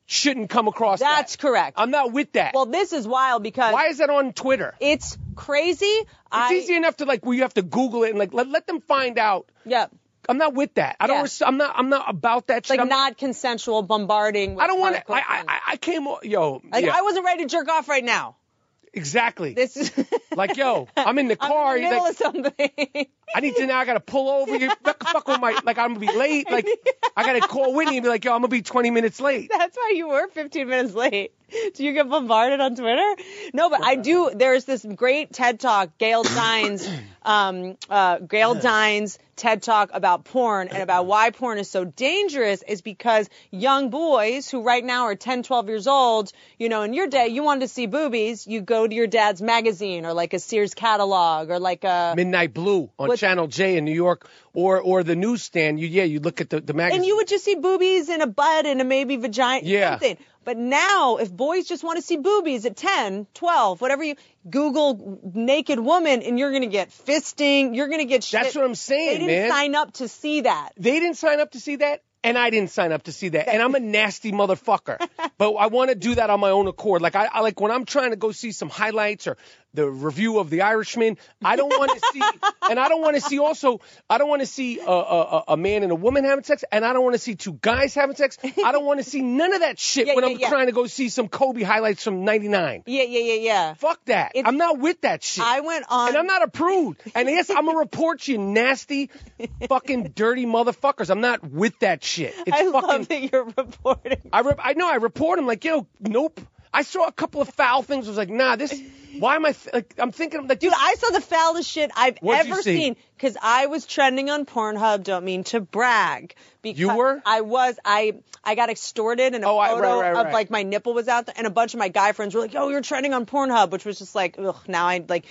shouldn't come across that. That's correct. I'm not with that. well, this is wild because Why is that on Twitter? it's crazy. It's It's I, easy enough to like where you have to Google it and like let, let them find out. Yeah. I'm not with that. I don't. Yeah. res- I'm not. I'm not about that. shit. Like I'm, not consensual bombarding. With I don't want to. hardcore I, I porn. I- I came. o- Yo. Like yeah, I wasn't ready to jerk off right now. exactly. This is [laughs] like yo, I'm in the I'm in the car. you're middle like, of something. I need to now. I gotta pull over. You fuck, fuck with my. Like I'm gonna be late. [laughs] Like I gotta call Whitney and be like, yo, I'm gonna be 20 minutes late. That's why you were 15 minutes late. Do you get bombarded on Twitter? No, but I do. There's this great TED Talk, Gail Dines, um, uh, Gail Dines TED Talk about porn and about why porn is so dangerous is because young boys who right now are 10, 12 years old, you know, in your day, you wanted to see boobies, you go to your dad's magazine or like a Sears catalog or like a. Midnight Blue on What- Channel J in New York, or or the newsstand. You yeah, you look at the the magazine. And you would just see boobies and a butt and a maybe vagina, Yeah. something. But now, if boys just want to see boobies at 10, 12, whatever you Google naked woman, and you're going to get fisting. You're going to get shit. That's what I'm saying, They didn't man. sign up to see that. They didn't sign up to see that, and I didn't sign up to see that. And I'm a nasty [laughs] motherfucker. but I want to do that on my own accord. Like I, I like when I'm trying to go see some highlights or the review of The Irishman. I don't want [laughs] to see, and I don't want to see also. I don't want to see a, a, a- a man and a woman having sex, and I don't want to see two guys having sex. I don't want to see none of that shit [laughs] Yeah, when yeah, I'm yeah. trying to go see some Kobe highlights from '99. Yeah, yeah, yeah, yeah. Fuck that. It's- I'm not with that shit. I went on. And I'm not a prude. And yes, I'm gonna report you nasty, fucking dirty motherfuckers. I'm not with that shit. It's [laughs] I fucking. love that you're reporting. I rep, I know. I report them like yo. Nope. I saw a couple of foul things. I was like, nah. This. Why am I? Th- like, I'm thinking like, Dude, I saw the foulest shit I've What'd you ever see? seen because I was trending on Pornhub. Don't mean to brag. Because You were? I was. I I got extorted and a Oh, I- right, photo right, of right. like my nipple was out there, and a bunch of my guy friends were like, "Yo, you're trending on Pornhub," which was just like, ugh. Now I like.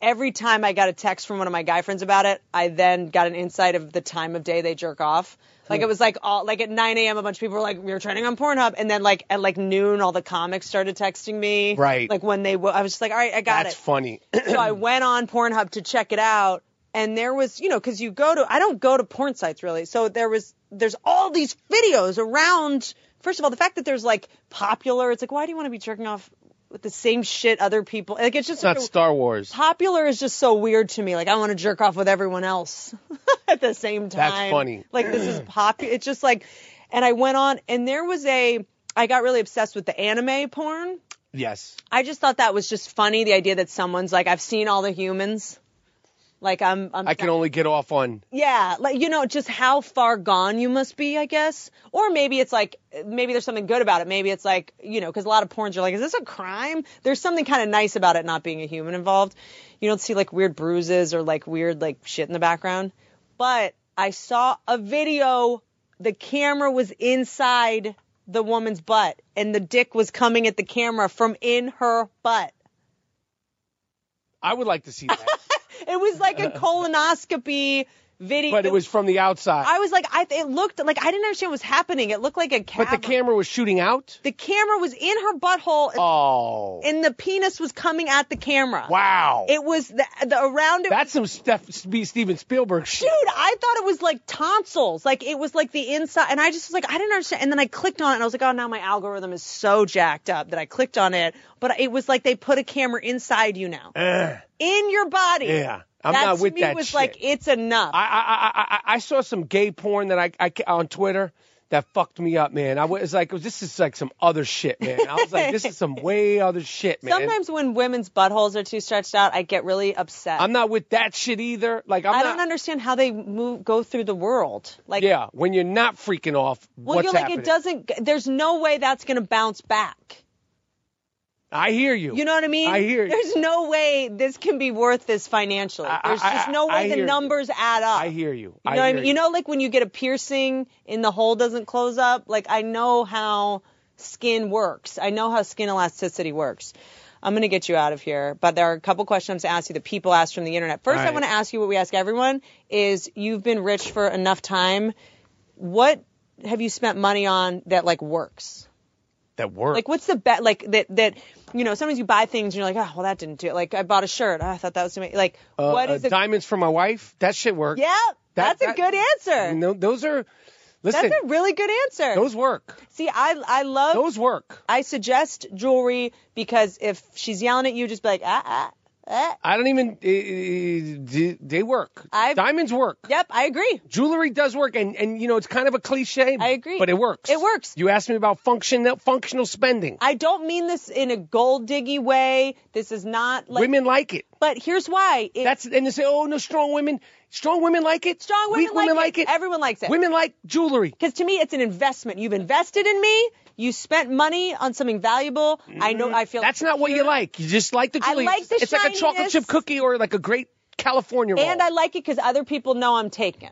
Every time I got a text from one of my guy friends about it, I then got an insight of the time of day they jerk off. Hmm. Like it was like all like at 9 a.m. a bunch of people were like, "We were trending on Pornhub," and then like at like noon, all the comics started texting me. Right. Like when they, w- I was just like, "All right, I got that's it." funny. so I went on Pornhub to check it out, and there was, you know, because you go to, I don't go to porn sites really, so there was, there's all these videos around. First of all, the fact that there's like popular, it's like, why do you want to be jerking off with the same shit other people? Like, it's just it's not such a- Star Wars. popular is just so weird to me. Like, I want to jerk off with everyone else [laughs] at the same time. That's funny. Like, this is popular. It's just like, and I went on, and there was a, I got really obsessed with the anime porn. Yes. I just thought that was just funny. The idea that someone's like, I've seen all the humans. Like I'm, I'm I can only get off on. yeah, like you know, just how far gone you must be, I guess. Or maybe it's like, maybe there's something good about it. Maybe it's like, you know, because a lot of porns are like, is this a crime? There's something kind of nice about it not being a human involved. You don't see like weird bruises or like weird like shit in the background. But I saw a video. The camera was inside the woman's butt, and the dick was coming at the camera from in her butt. I would like to [laughs] see that, It was [laughs] like a colonoscopy video. but it was from the outside. I was like, I it looked like I didn't understand what was happening. It looked like a but the cavern. camera was shooting out. the camera was in her butthole, and, Oh. and the penis was coming at the camera. wow. It was the, the around it. that's some Steph, Steven Spielberg shit. dude, I thought it was like tonsils. Like it was like the inside, and I just was like, I didn't understand. And then I clicked on it, and I was like, oh, now my algorithm is so jacked up that I clicked on it. But it was like they put a camera inside you now, Ugh. in your body. Yeah. I'm that not to with me that was shit. like it's enough. I, I, I, I- I saw some gay porn that I, I ca- on Twitter that fucked me up, man. I was like, this is like some other shit, man. I was like, this is [laughs] some way other shit, man. Sometimes when women's buttholes are too stretched out, I get really upset. I'm not with that shit either. Like, I'm I not. don't understand how they move go through the world. Like, Yeah, when you're not freaking off, well, what's you're like, happening? it doesn't. There's no way that's gonna bounce back. I hear you. You know what I mean? I hear you. There's no way this can be worth this financially. I- I- There's just no I- I way hear the you. numbers add up. I hear you. You I know what I hear mean? You know, like when you get a piercing and the hole doesn't close up. Like I know how skin works. I know how skin elasticity works. I'm gonna get you out of here, but there are a couple questions to ask you that people asked from the internet. First, I Right. want to ask you what we ask everyone: is you've been rich for enough time. What have you spent money on that like works? that works. Like, what's the bet? Like that that you know, sometimes you buy things and you're like, oh, well, that didn't do it. Like, I bought a shirt. Oh, I thought that was amazing. like, Uh, what uh, is it? diamonds for my wife? That shit works. yeah, That- that's a that- good answer. No, those are. Listen, That's a really good answer. those work. See, I I love. Those work. I suggest jewelry because if she's yelling at you, just be like ah ah ah. I don't even. eh, eh, they work. I've- Diamonds work. Yep, I agree. jewelry does work and and you know it's kind of a cliche I agree. but it works It works. you asked me about functional functional spending I don't mean this in a gold diggy way. This is not like. women like it But here's why. It, that's and they say oh no strong women strong women like it strong women, weak women like it, Everyone likes it. women like jewelry Because to me, it's an investment. You've invested in me. You spent money on something valuable. I know. I feel. Mm-hmm. that's not what you like you just like the I jewelry like It's- the it's like a chocolate shininess. chip cookie or like a great California roll. And I like it because other people know I'm taken.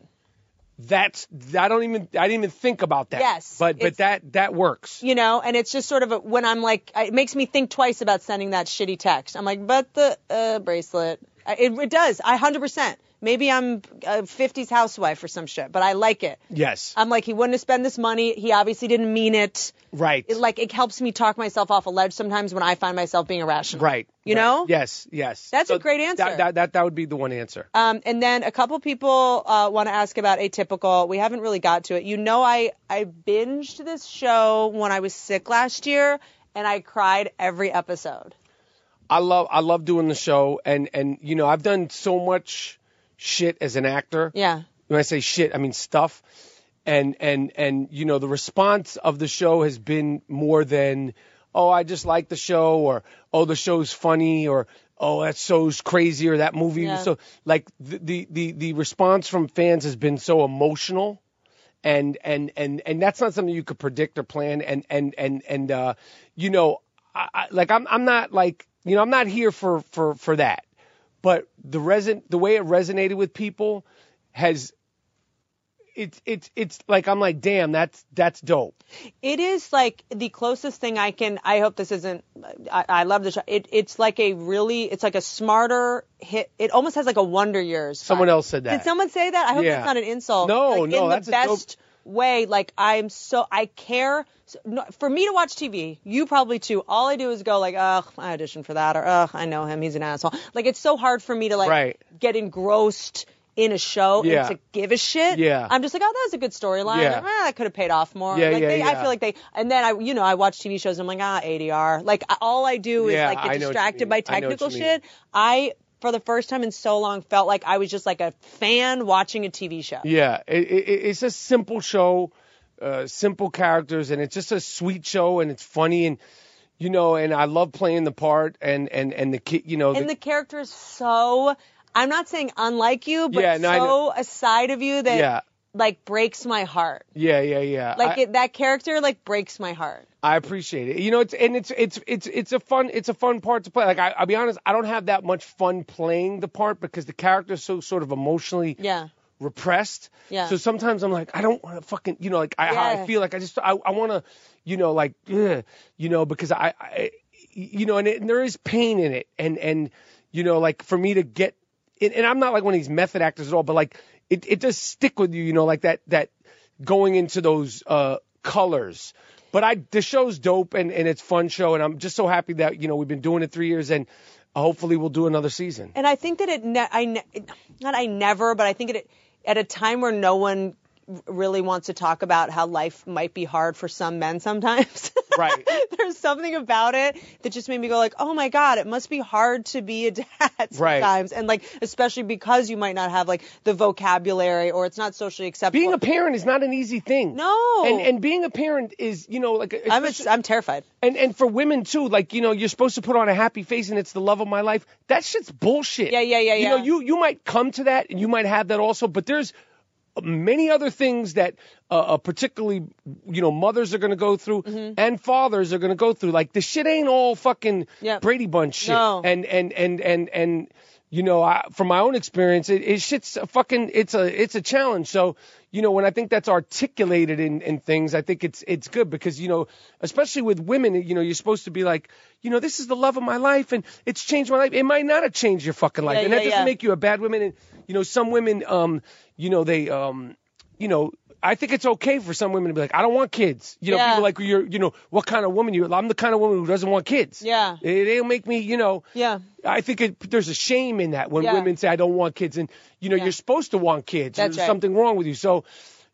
that's I don't even I didn't even think about that. Yes, but it's- but that that works. you know and it's just sort of a, when i'm like it makes me think twice about sending that shitty text i'm like but the uh, bracelet I- It, it does. I 100%. Maybe I'm a 50s housewife or some shit, but I like it. Yes. I'm like, he wouldn't have spent this money. He obviously didn't mean it. right. It, like, it helps me talk myself off a ledge sometimes when I find myself being irrational. right. You right. know? Yes. Yes. That's a great that- answer. That, that that would be the one answer. Um, and then a couple people uh, want to ask about atypical. We haven't really got to it. You know, I I binged this show when I was sick last year, and I cried every episode. I love I love doing the show and and you know I've done so much shit as an actor. Yeah. When I say shit, I mean stuff. And and and you know the response of the show has been more than oh I just like the show or oh the show's funny or oh that show's crazy or that movie was Yeah. so like the, the the the response from fans has been so emotional and and and and that's not something you could predict or plan and and and and uh you know I, I, like I'm I'm not like you know I'm not here for for for that but the reson the way it resonated with people has it's it's it's like I'm like damn that's that's dope It is like the closest thing I can. I hope this isn't. I, I love the show. It, it's like a really. It's like a smarter hit. It almost has like a Wonder Years. vibe. someone else said that Did someone say that? I hope Yeah. that's not an insult. No, like, no, in that's a the best way. Like I'm so I care. So, no, for me to watch TV, you probably too. All I do is go like, ugh, I auditioned for that, or ugh, I know him, he's an asshole. Like it's so hard for me to like Right. get engrossed in a show Yeah. and to give a shit. Yeah. I'm just like, oh, that was a good storyline. Yeah. Eh, that could have paid off more. Yeah, like yeah, they, I yeah. feel like they. And then I, you know, I watch TV shows. and I'm like, ah, ADR. Like I- all I do is Yeah, like I get know what you distracted mean. by I know what you technical mean. shit. I, for the first time in so long, felt like I was just like a fan watching a TV show. Yeah, it, it, it- it's a simple show, uh, simple characters, and it's just a sweet show, and it's funny, and you know, and I love playing the part, and and and the kid, you know, And the character is so, I'm not saying unlike you, but Yeah, no, I know. so a side of you that Yeah. like breaks my heart. yeah, yeah, yeah. Like I, it, that character like breaks my heart. I appreciate it. You know, it's and it's it's it's it's a fun it's a fun part to play. Like I, I'll be honest, I don't have that much fun playing the part because the character's so sort of emotionally Yeah. repressed. Yeah. So sometimes I'm like, I don't want to fucking, you know, like I, how I Yeah. feel like I just, I, I want to, you know, like, [clears throat] ugh, you know, because I, I you know, and, it, and there is pain in it, and and you know, like for me to get, and, and I'm not like one of these method actors at all, but like it, it does stick with you, you know, like that that going into those uh colors. But I, the show's dope and and it's a fun show, and I'm just so happy that you know we've been doing it three years, and hopefully we'll do another season. And I think that it, ne- I ne- not I never, but I think it at a time where no one really wants to talk about how life might be hard for some men sometimes. [laughs] Right. There's something about it that just made me go like, oh my god, it must be hard to be a [laughs] dad Right. sometimes, and like especially because you might not have like the vocabulary or it's not socially [laughs] acceptable. being a parent is not an easy thing. No. And and being a parent is, you know, like I'm, a, especially- I'm terrified. and and for women too, like you know, you're supposed to put on a happy face and it's the love of my life. That shit's bullshit. Yeah, yeah, yeah, You yeah. know, you you might come to that and you might have that also, but there's many other things that uh, uh, particularly you know mothers are going to go through Mm-hmm. and fathers are going to go through like the shit ain't all fucking Yep. brady bunch shit No. and and and and and you know I, from my own experience it, it shit's a fucking it's a it's a challenge so you know when i think that's articulated in in things i think it's it's good because you know especially with women you know you're supposed to be like you know this is the love of my life and it's changed my life it might not have changed your fucking life Yeah, and yeah, that doesn't yeah. make you a bad woman and you know some women um you know they um you know I think it's okay for some women to be like, I don't want kids. You know, Yeah. people like you're, you know, what kind of woman you? I'm the kind of woman who doesn't want kids. Yeah. it, it'll make me, you know. Yeah. I think it, there's a shame in that when Yeah. women say I don't want kids, and you know Yeah. you're supposed to want kids. That's there's right. something wrong with you. So,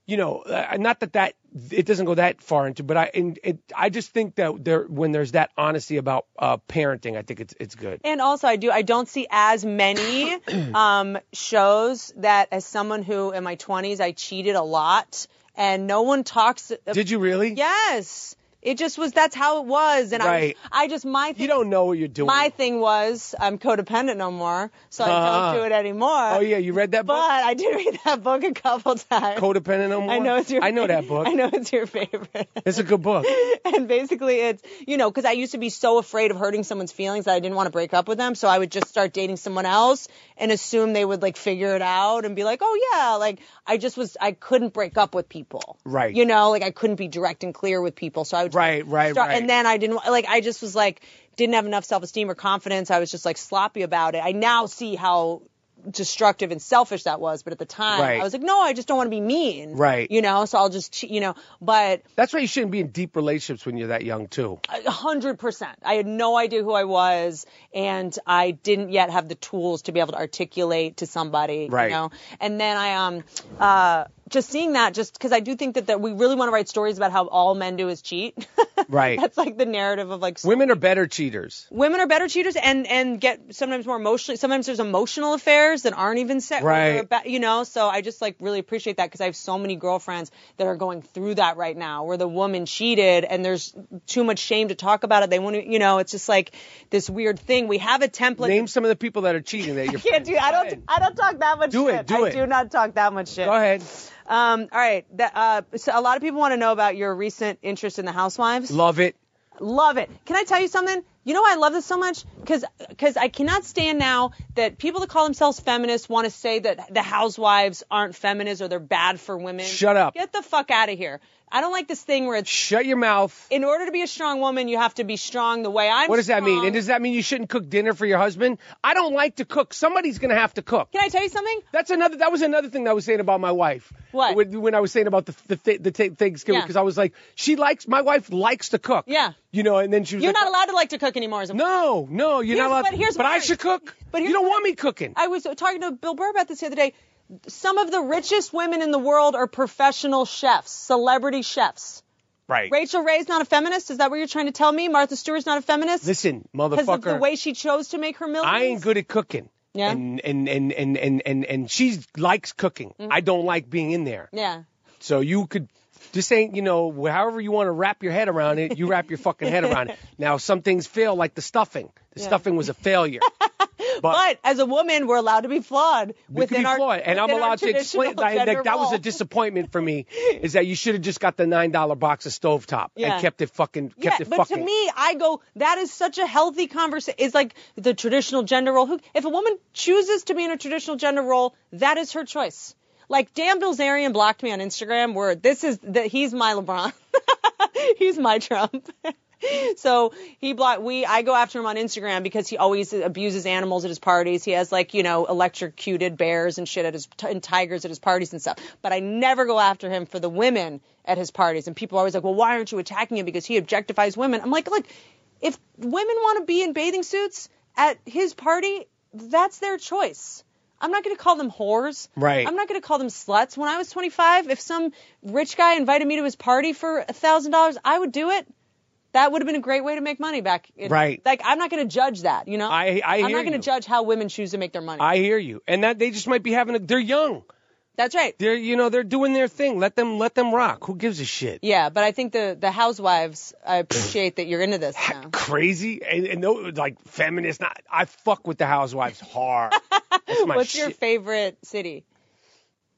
you know, uh, not that that it doesn't go that far into, but I and it, I just think that there when there's that honesty about uh, parenting, I think it's it's good. And also, I do. I don't see as many [clears throat] um, shows that, as someone who in my 20s, I cheated a lot, and no one talks. Did you really? yes, it just was. That's how it was, and Right. I, I just my thing. You don't know what you're doing. My thing was I'm codependent no more, so I Uh-huh. don't do it anymore. oh yeah, you read that But book? I did read that book a couple times. Codependent on I know it's your. I know [laughs] that book. I know it's your favorite. It's a good book. [laughs] and basically it's you know because i used to be so afraid of hurting someone's feelings that i didn't want to break up with them so i would just start dating someone else and assume they would like figure it out and be like oh yeah like i just was i couldn't break up with people Right. you know like i couldn't be direct and clear with people so i would Right, right, start, right. and then i didn't like i just was like didn't have enough self esteem or confidence. I was just like sloppy about it. I now see how destructive and selfish that was, but at the time Right. I was like, no, I just don't want to be mean. Right. You know, so I'll just, che- you know, but That's why you shouldn't be in deep relationships when you're that young too. a hundred percent. I had no idea who I was, and I didn't yet have the tools to be able to articulate to somebody. Right. You know? And then I um uh just seeing that, just because I do think that that we really want to write stories about how all men do is cheat. [laughs] Right. That's like the narrative of like Women are better cheaters. women are better cheaters and and get sometimes more emotionally sometimes there's emotional affairs that aren't even set when Right. they're about- you know so i just like really appreciate that because i have so many girlfriends that are going through that right now where the woman cheated and there's too much shame to talk about it they want to you know it's just like this weird thing we have a template Name some of the people that are cheating that you're. I can't do. I Go ahead. don't. I don't talk that much Do it, shit. do I it. do not talk that much shit. Go ahead. Um. All right. That, uh. So a lot of people want to know about your recent interest in the Housewives. Love it. Love it. Can I tell you something? You know why I love this so much? Because I cannot stand now that people that call themselves feminists want to say that the housewives aren't feminists or they're bad for women. Shut up. Get the fuck out of here. I don't like this thing where it's Shut your mouth. in order to be a strong woman, you have to be strong the way I'm. What does that mean? strong. And does that mean you shouldn't cook dinner for your husband? I don't like to cook. Somebody's gonna have to cook. Can I tell you something? That's another. That was another thing that I was saying about my wife. What? When, when I was saying about the the, thi- the thi- Thanksgiving, Yeah. because I was like, she likes my wife likes to cook. Yeah. You know, and then she was. You're like, not allowed to like to cook anymore. As a No, no, you're Here's- not allowed. but here's I mine. should cook. But you here's don't what want I- me cooking. I was talking to Bill Burr about this the other day. Some of the richest women in the world are professional chefs, celebrity chefs. right. Rachel Ray's not a feminist? Is that what you're trying to tell me? Martha Stewart's not a feminist? Listen, Because of motherfucker. the way she chose to make her millions? I ain't good at cooking. Yeah. And and and and and and, and she likes cooking. I don't like being in there. Mm. Yeah. So you could this ain't, you know, however you want to wrap your head around it, you wrap your fucking head around [laughs] it. Now some things fail like the stuffing. The stuffing was a [laughs] failure. But as a woman, we're allowed to be flawed We could within be our flawed, and I'm within our allowed to explain traditional that, gender that, that was a role. disappointment for [laughs] me. Is that you should have just got the nine dollar box of stovetop Yeah. and kept it fucking kept Yeah, it but fucking. to me, I go, that is such a healthy conversation. It's like the traditional gender role. Who, if a woman chooses to be in a traditional gender role, that is her choice. Like Dan Bilzerian blocked me on Instagram, where this is that he's my LeBron, [laughs] he's my Trump. so he blocked we. I go after him on Instagram because he always abuses animals at his parties. He has like you know electrocuted bears and shit at his and tigers at his parties and stuff. But I never go after him for the women at his parties. And people are always like, well, why aren't you attacking him because he objectifies women? I'm like, look, if women want to be in bathing suits at his party, that's their choice. I'm not going to call them whores. Right. I'm not going to call them sluts. When I was 25, if some rich guy invited me to his party for $1,000, I would do it. That would have been a great way to make money back. in- Right. Like, I'm not going to judge that, you know? I- I I'm hear not you. going to judge how women choose to make their money. I hear you, and that they just might be having. A, they're young. That's right. They're you know they're doing their thing. Let them let them rock. Who gives a shit? Yeah, but I think the, the housewives, I appreciate that you're into this now. Crazy and, and no like feminist. Not I fuck with the housewives [laughs] hard. That's my What's shit. your favorite city?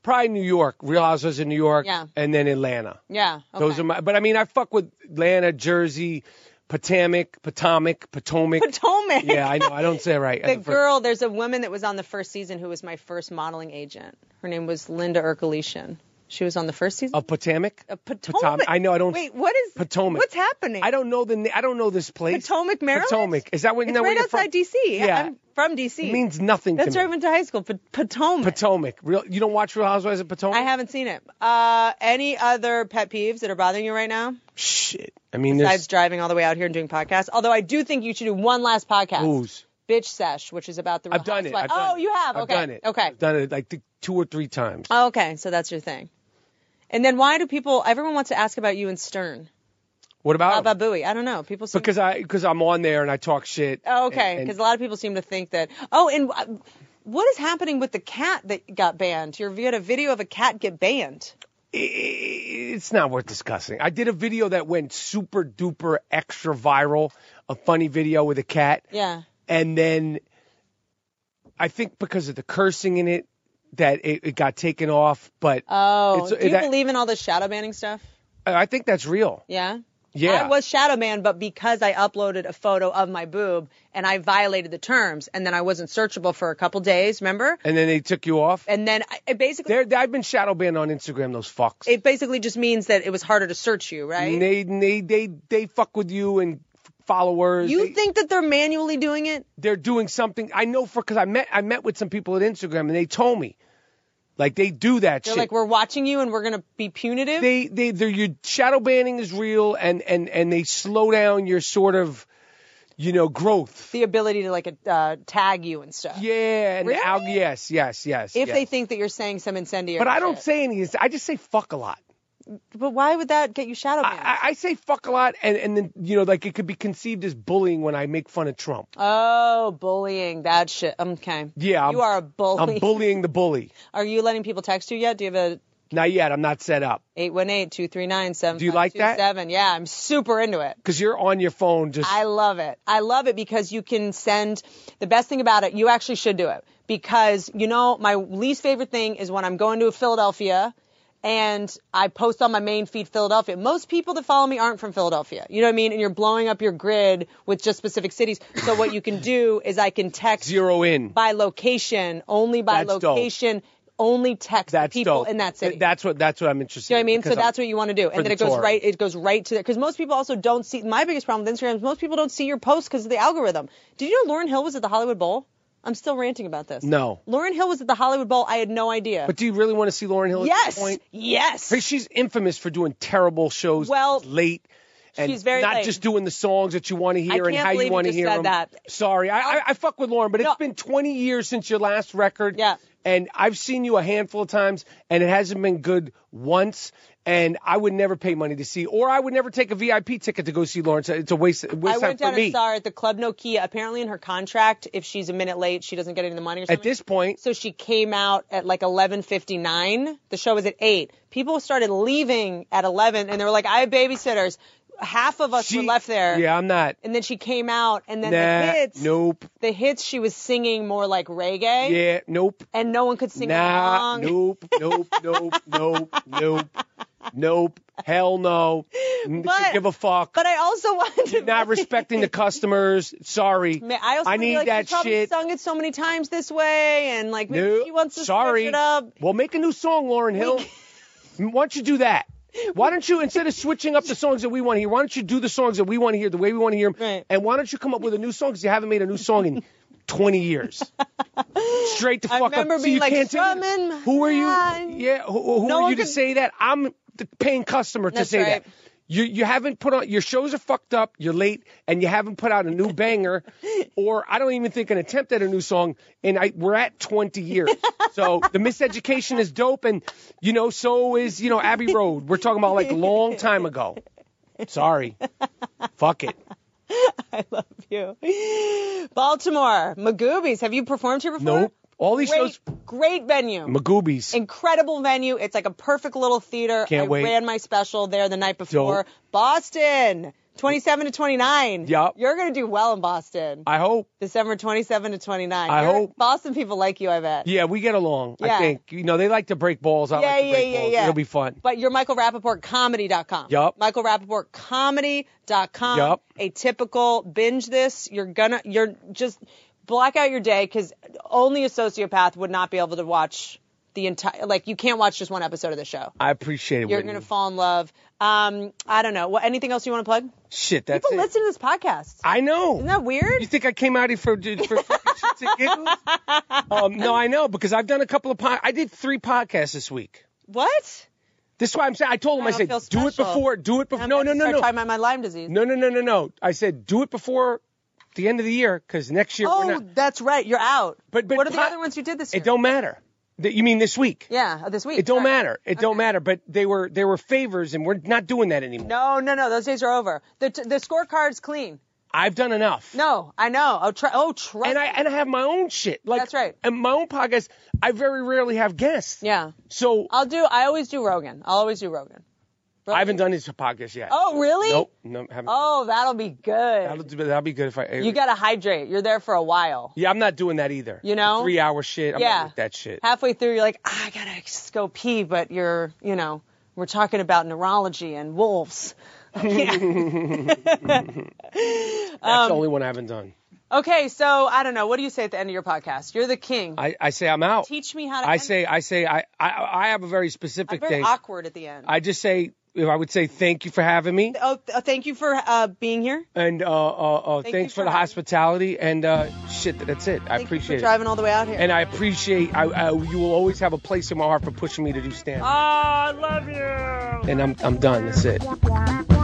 Probably New York. Real Housewives in New York. Yeah. And then Atlanta. Yeah. Okay. Those are [laughs] my. But I mean I fuck with Atlanta, Jersey, Potomac, Potomac, Potomac. Potomac. yeah, I know. I don't say it right. The girl, there's a woman that was on the first season who was my first modeling agent. Her name was Linda Erkelishan. She was on the first season. of Potomac. A Potomac. I know. I don't. Wait, what is Potomac. What's happening? I don't know the. na- I don't know this place. Potomac, Maryland. Potomac. Is that when? It's that where right you're outside from? D.C. Yeah. I'm from D.C. It means nothing That's to where I me. went to high school. Pot- Potomac. Potomac. Real. You don't watch Real Housewives of Potomac? I haven't seen it. Uh, any other pet peeves that are bothering you right now? Shit. I mean, Besides there's driving all the way out here and doing podcasts. Although I do think you should do one last podcast. booze. Bitch Sesh, which is about the. I've done it. I've Housewives. done oh, it. you have. I've okay. done it. Okay. I've done it like th- two or three times. Oh, okay, so that's your thing. And then why do people? Everyone wants to ask about you and Stern. what about? How about Bowie? I don't know. People Oh. seem because I because I'm on there and I talk shit. oh, okay, and- because and a lot of people seem to think that. Oh, and uh, what is happening with the cat that got banned? You're, you had a video of a cat get banned. i- i- it's not worth discussing. I did a video that went super duper extra viral, a funny video with a cat. Yeah. and then I think because of the cursing in it that it, it got taken off. But Oh, It's- do you that- believe in all this shadow banning stuff? I think that's real. Yeah. Yeah. I was shadow banned, but because I uploaded a photo of my boob and I violated the terms, and then I wasn't searchable for a couple days. Remember? and then they took you off. And then I, it basically There, I've been shadow banned on Instagram. Those fucks. it basically just means that it was harder to search you, right? And they, they, they, they fuck with you and f- followers. You They- think that they're manually doing it? they're doing something. I know for because I met I met with some people at Instagram and they told me, like they do that They're shit. like, we're watching you and we're gonna be punitive. they they they're, your shadow banning is real and and and they slow down your sort of, you know, growth. the ability to like uh, tag you and stuff. Yeah, and Really? al- yes, yes, yes. If yes. they think that you're saying some incendiary. but I don't shit. say any. I just say fuck a lot. But why would that get you shadow banned? I, I say fuck a lot, and and then you know, like it could be conceived as bullying when I make fun of Trump. oh, bullying. That shit. Okay. Yeah, I'm- you are a bully. I'm bullying the bully. Are you letting people text you yet? Do you have a Not yet. I'm not set up 818-239-7527? Do you like that? Yeah, I'm super into it. because you're on your phone. Just I love it. I love it because you can send the best thing about it. You actually should do it because you know my least favorite thing is when I'm going to Philadelphia and I post on my main feed Philadelphia. Most people that follow me aren't from Philadelphia. You know what I mean? And you're blowing up your grid with just specific cities. So what you can do is I can text zero in. by location, only by That's dope. location, only text the that's people dope. in that city. Th- That's what that's what I'm interested. Do you know what I mean? in So because I'm- that's what you want to do, and for then the it goes tour. right. It goes right to that because most people also don't see. My biggest problem with Instagram is most people don't see your posts because of the algorithm. Did you know Lauren Hill was at the Hollywood Bowl? I'm still ranting about this. No. Lauren Hill was at the Hollywood Bowl. I had no idea. But do you really want to see Lauren Hill at this yes, point? yes. Hey, She's infamous for doing terrible shows Well, late. And she's very not late. just doing the songs that you want to hear and can't how believe you you want to just hear said them. that. Sorry, I, I, I fuck with Lauren, but No. it's been 20 years since your last record. Yeah. And I've seen you a handful of times, and it hasn't been good once. And I would never pay money to see, or I would never take a VIP ticket to go see Lauren. So It's a waste, waste I time went down for me. and saw her at the Club Nokia. Apparently, in her contract, if she's a minute late, she doesn't get any of the money. Or something. At this point, So she came out at like 11:59. The show was at 8. People started leaving at 11 and they were like, "I have babysitters." Half of us she were left there. Yeah, I'm not. And then she came out and then the nah, hits nope. the hits she was singing more like reggae Yeah, nope. and no one could sing Nah, along. nope, nope, [laughs] nope, nope, nope, nope. Hell no. N- But- give a fuck. But I also [laughs] wanted to Not respecting the customers. [laughs] Sorry. Ma- I also I wanna be need like, that she probably shit. sung it so many times this way and like maybe No, she wants to switch sorry. it up. [laughs] Well, make a new song, Lauren Hill. [laughs] Why don't you do that? Why don't you, instead of switching up the songs that we want to hear, why don't you do the songs that we want to hear the way we want to hear them? Right. And why don't you come up with a new song? Because you haven't made a new song [laughs] in 20 years. Straight to fuck up. remember So being you like, can't tell- "Drumming my Who are you? mind." Yeah, who, who No are one you to could- say that? I'm the paying customer to That's say right. that. You, you haven't put on your shows are fucked up. You're late, and you haven't put out a new [laughs] banger, or I don't even think an attempt at a new song. And I we're at 20 years, so the miseducation is dope, and you know so is you know Abbey Road. We're talking about like long time ago. Sorry, fuck it. I love you. [gasps] Baltimore, Magoobies. Have you performed here before? Nope. All these great, shows, great venue. Magoobies. incredible venue. It's like a perfect little theater. Can't I wait. ran my special there the night before. Dope. Boston, 27 to 29. Yup. You're going to do well in Boston. I hope. December 27 to 29. I You're- hope. Boston people like you, I bet. Yeah, we get along. Yeah. I think you know they like to break balls. I Yeah, like to yeah, break yeah, balls. yeah. It'll be fun. But you're Michael Rappaport Comedy.com. Yup. Michael Rappaport Comedy.com. Yup. A typical binge this. You're gonna, you're just black out your day because only a sociopath would not be able to watch the entire, like, you can't watch just one episode of the show. I appreciate it. You're Whitney. going to fall in love. Um, I don't know. What, anything else you want to plug? Shit, that's People it. listen to this podcast. I know. Isn't that weird? You think I came out here for, for fucking shits and giggles? Um, no, I know because I've done a couple of pod. I did three podcasts this week. what? This is why I'm saying I told him I, don't said feel do it special. before, do it before. I'm No, no, gonna no, start no, Trying my, my Lyme disease. no, no, no, no, no. I said do it before the end of the year because next year we're oh, not. that's right. You're out. But- but what are the po- other ones you did this year? It don't matter. That you mean this week? Yeah, this week. It don't Sorry. matter. It don't matter. But they were they were favors, and we're not doing that anymore. No, no, no. Those days are over. The t- the scorecard's clean. I've done enough. No, I know. Oh, tr- oh trust. and I me. and I have my own shit. Like That's right. And my own podcast. I very rarely have guests. yeah. So I'll do. I always do Rogan. I'll always do Rogan. I haven't done his podcast yet. Oh, really? Nope. No, haven't. Oh, that'll be good. That'll, do- that'll be good if I. you gotta hydrate. You're there for a while. yeah, I'm not doing that either. You know? Three hour shit. I'm Yeah. not with that shit. halfway through you're like "Ah, i gotta go pee but you're you know we're talking about neurology and wolves That's um, the only one I haven't done. okay so i don't know what do you say at the end of your podcast you're the king I, I say I'm out. teach me how to I end say I say I I, I have a very i'm specific very thing. awkward at the end I just say I would say thank you for having me, Oh, th- uh, thank you for uh, being here. and uh, uh, uh, Thank thanks you for for the having me. hospitality. And uh, shit, that's it. I Thank you appreciate for it, driving all the way out here. and I appreciate. I, I, you will always have a place in my heart for pushing me to do stand. Ah, I love you. and I'm I'm done. That's it. Thank you.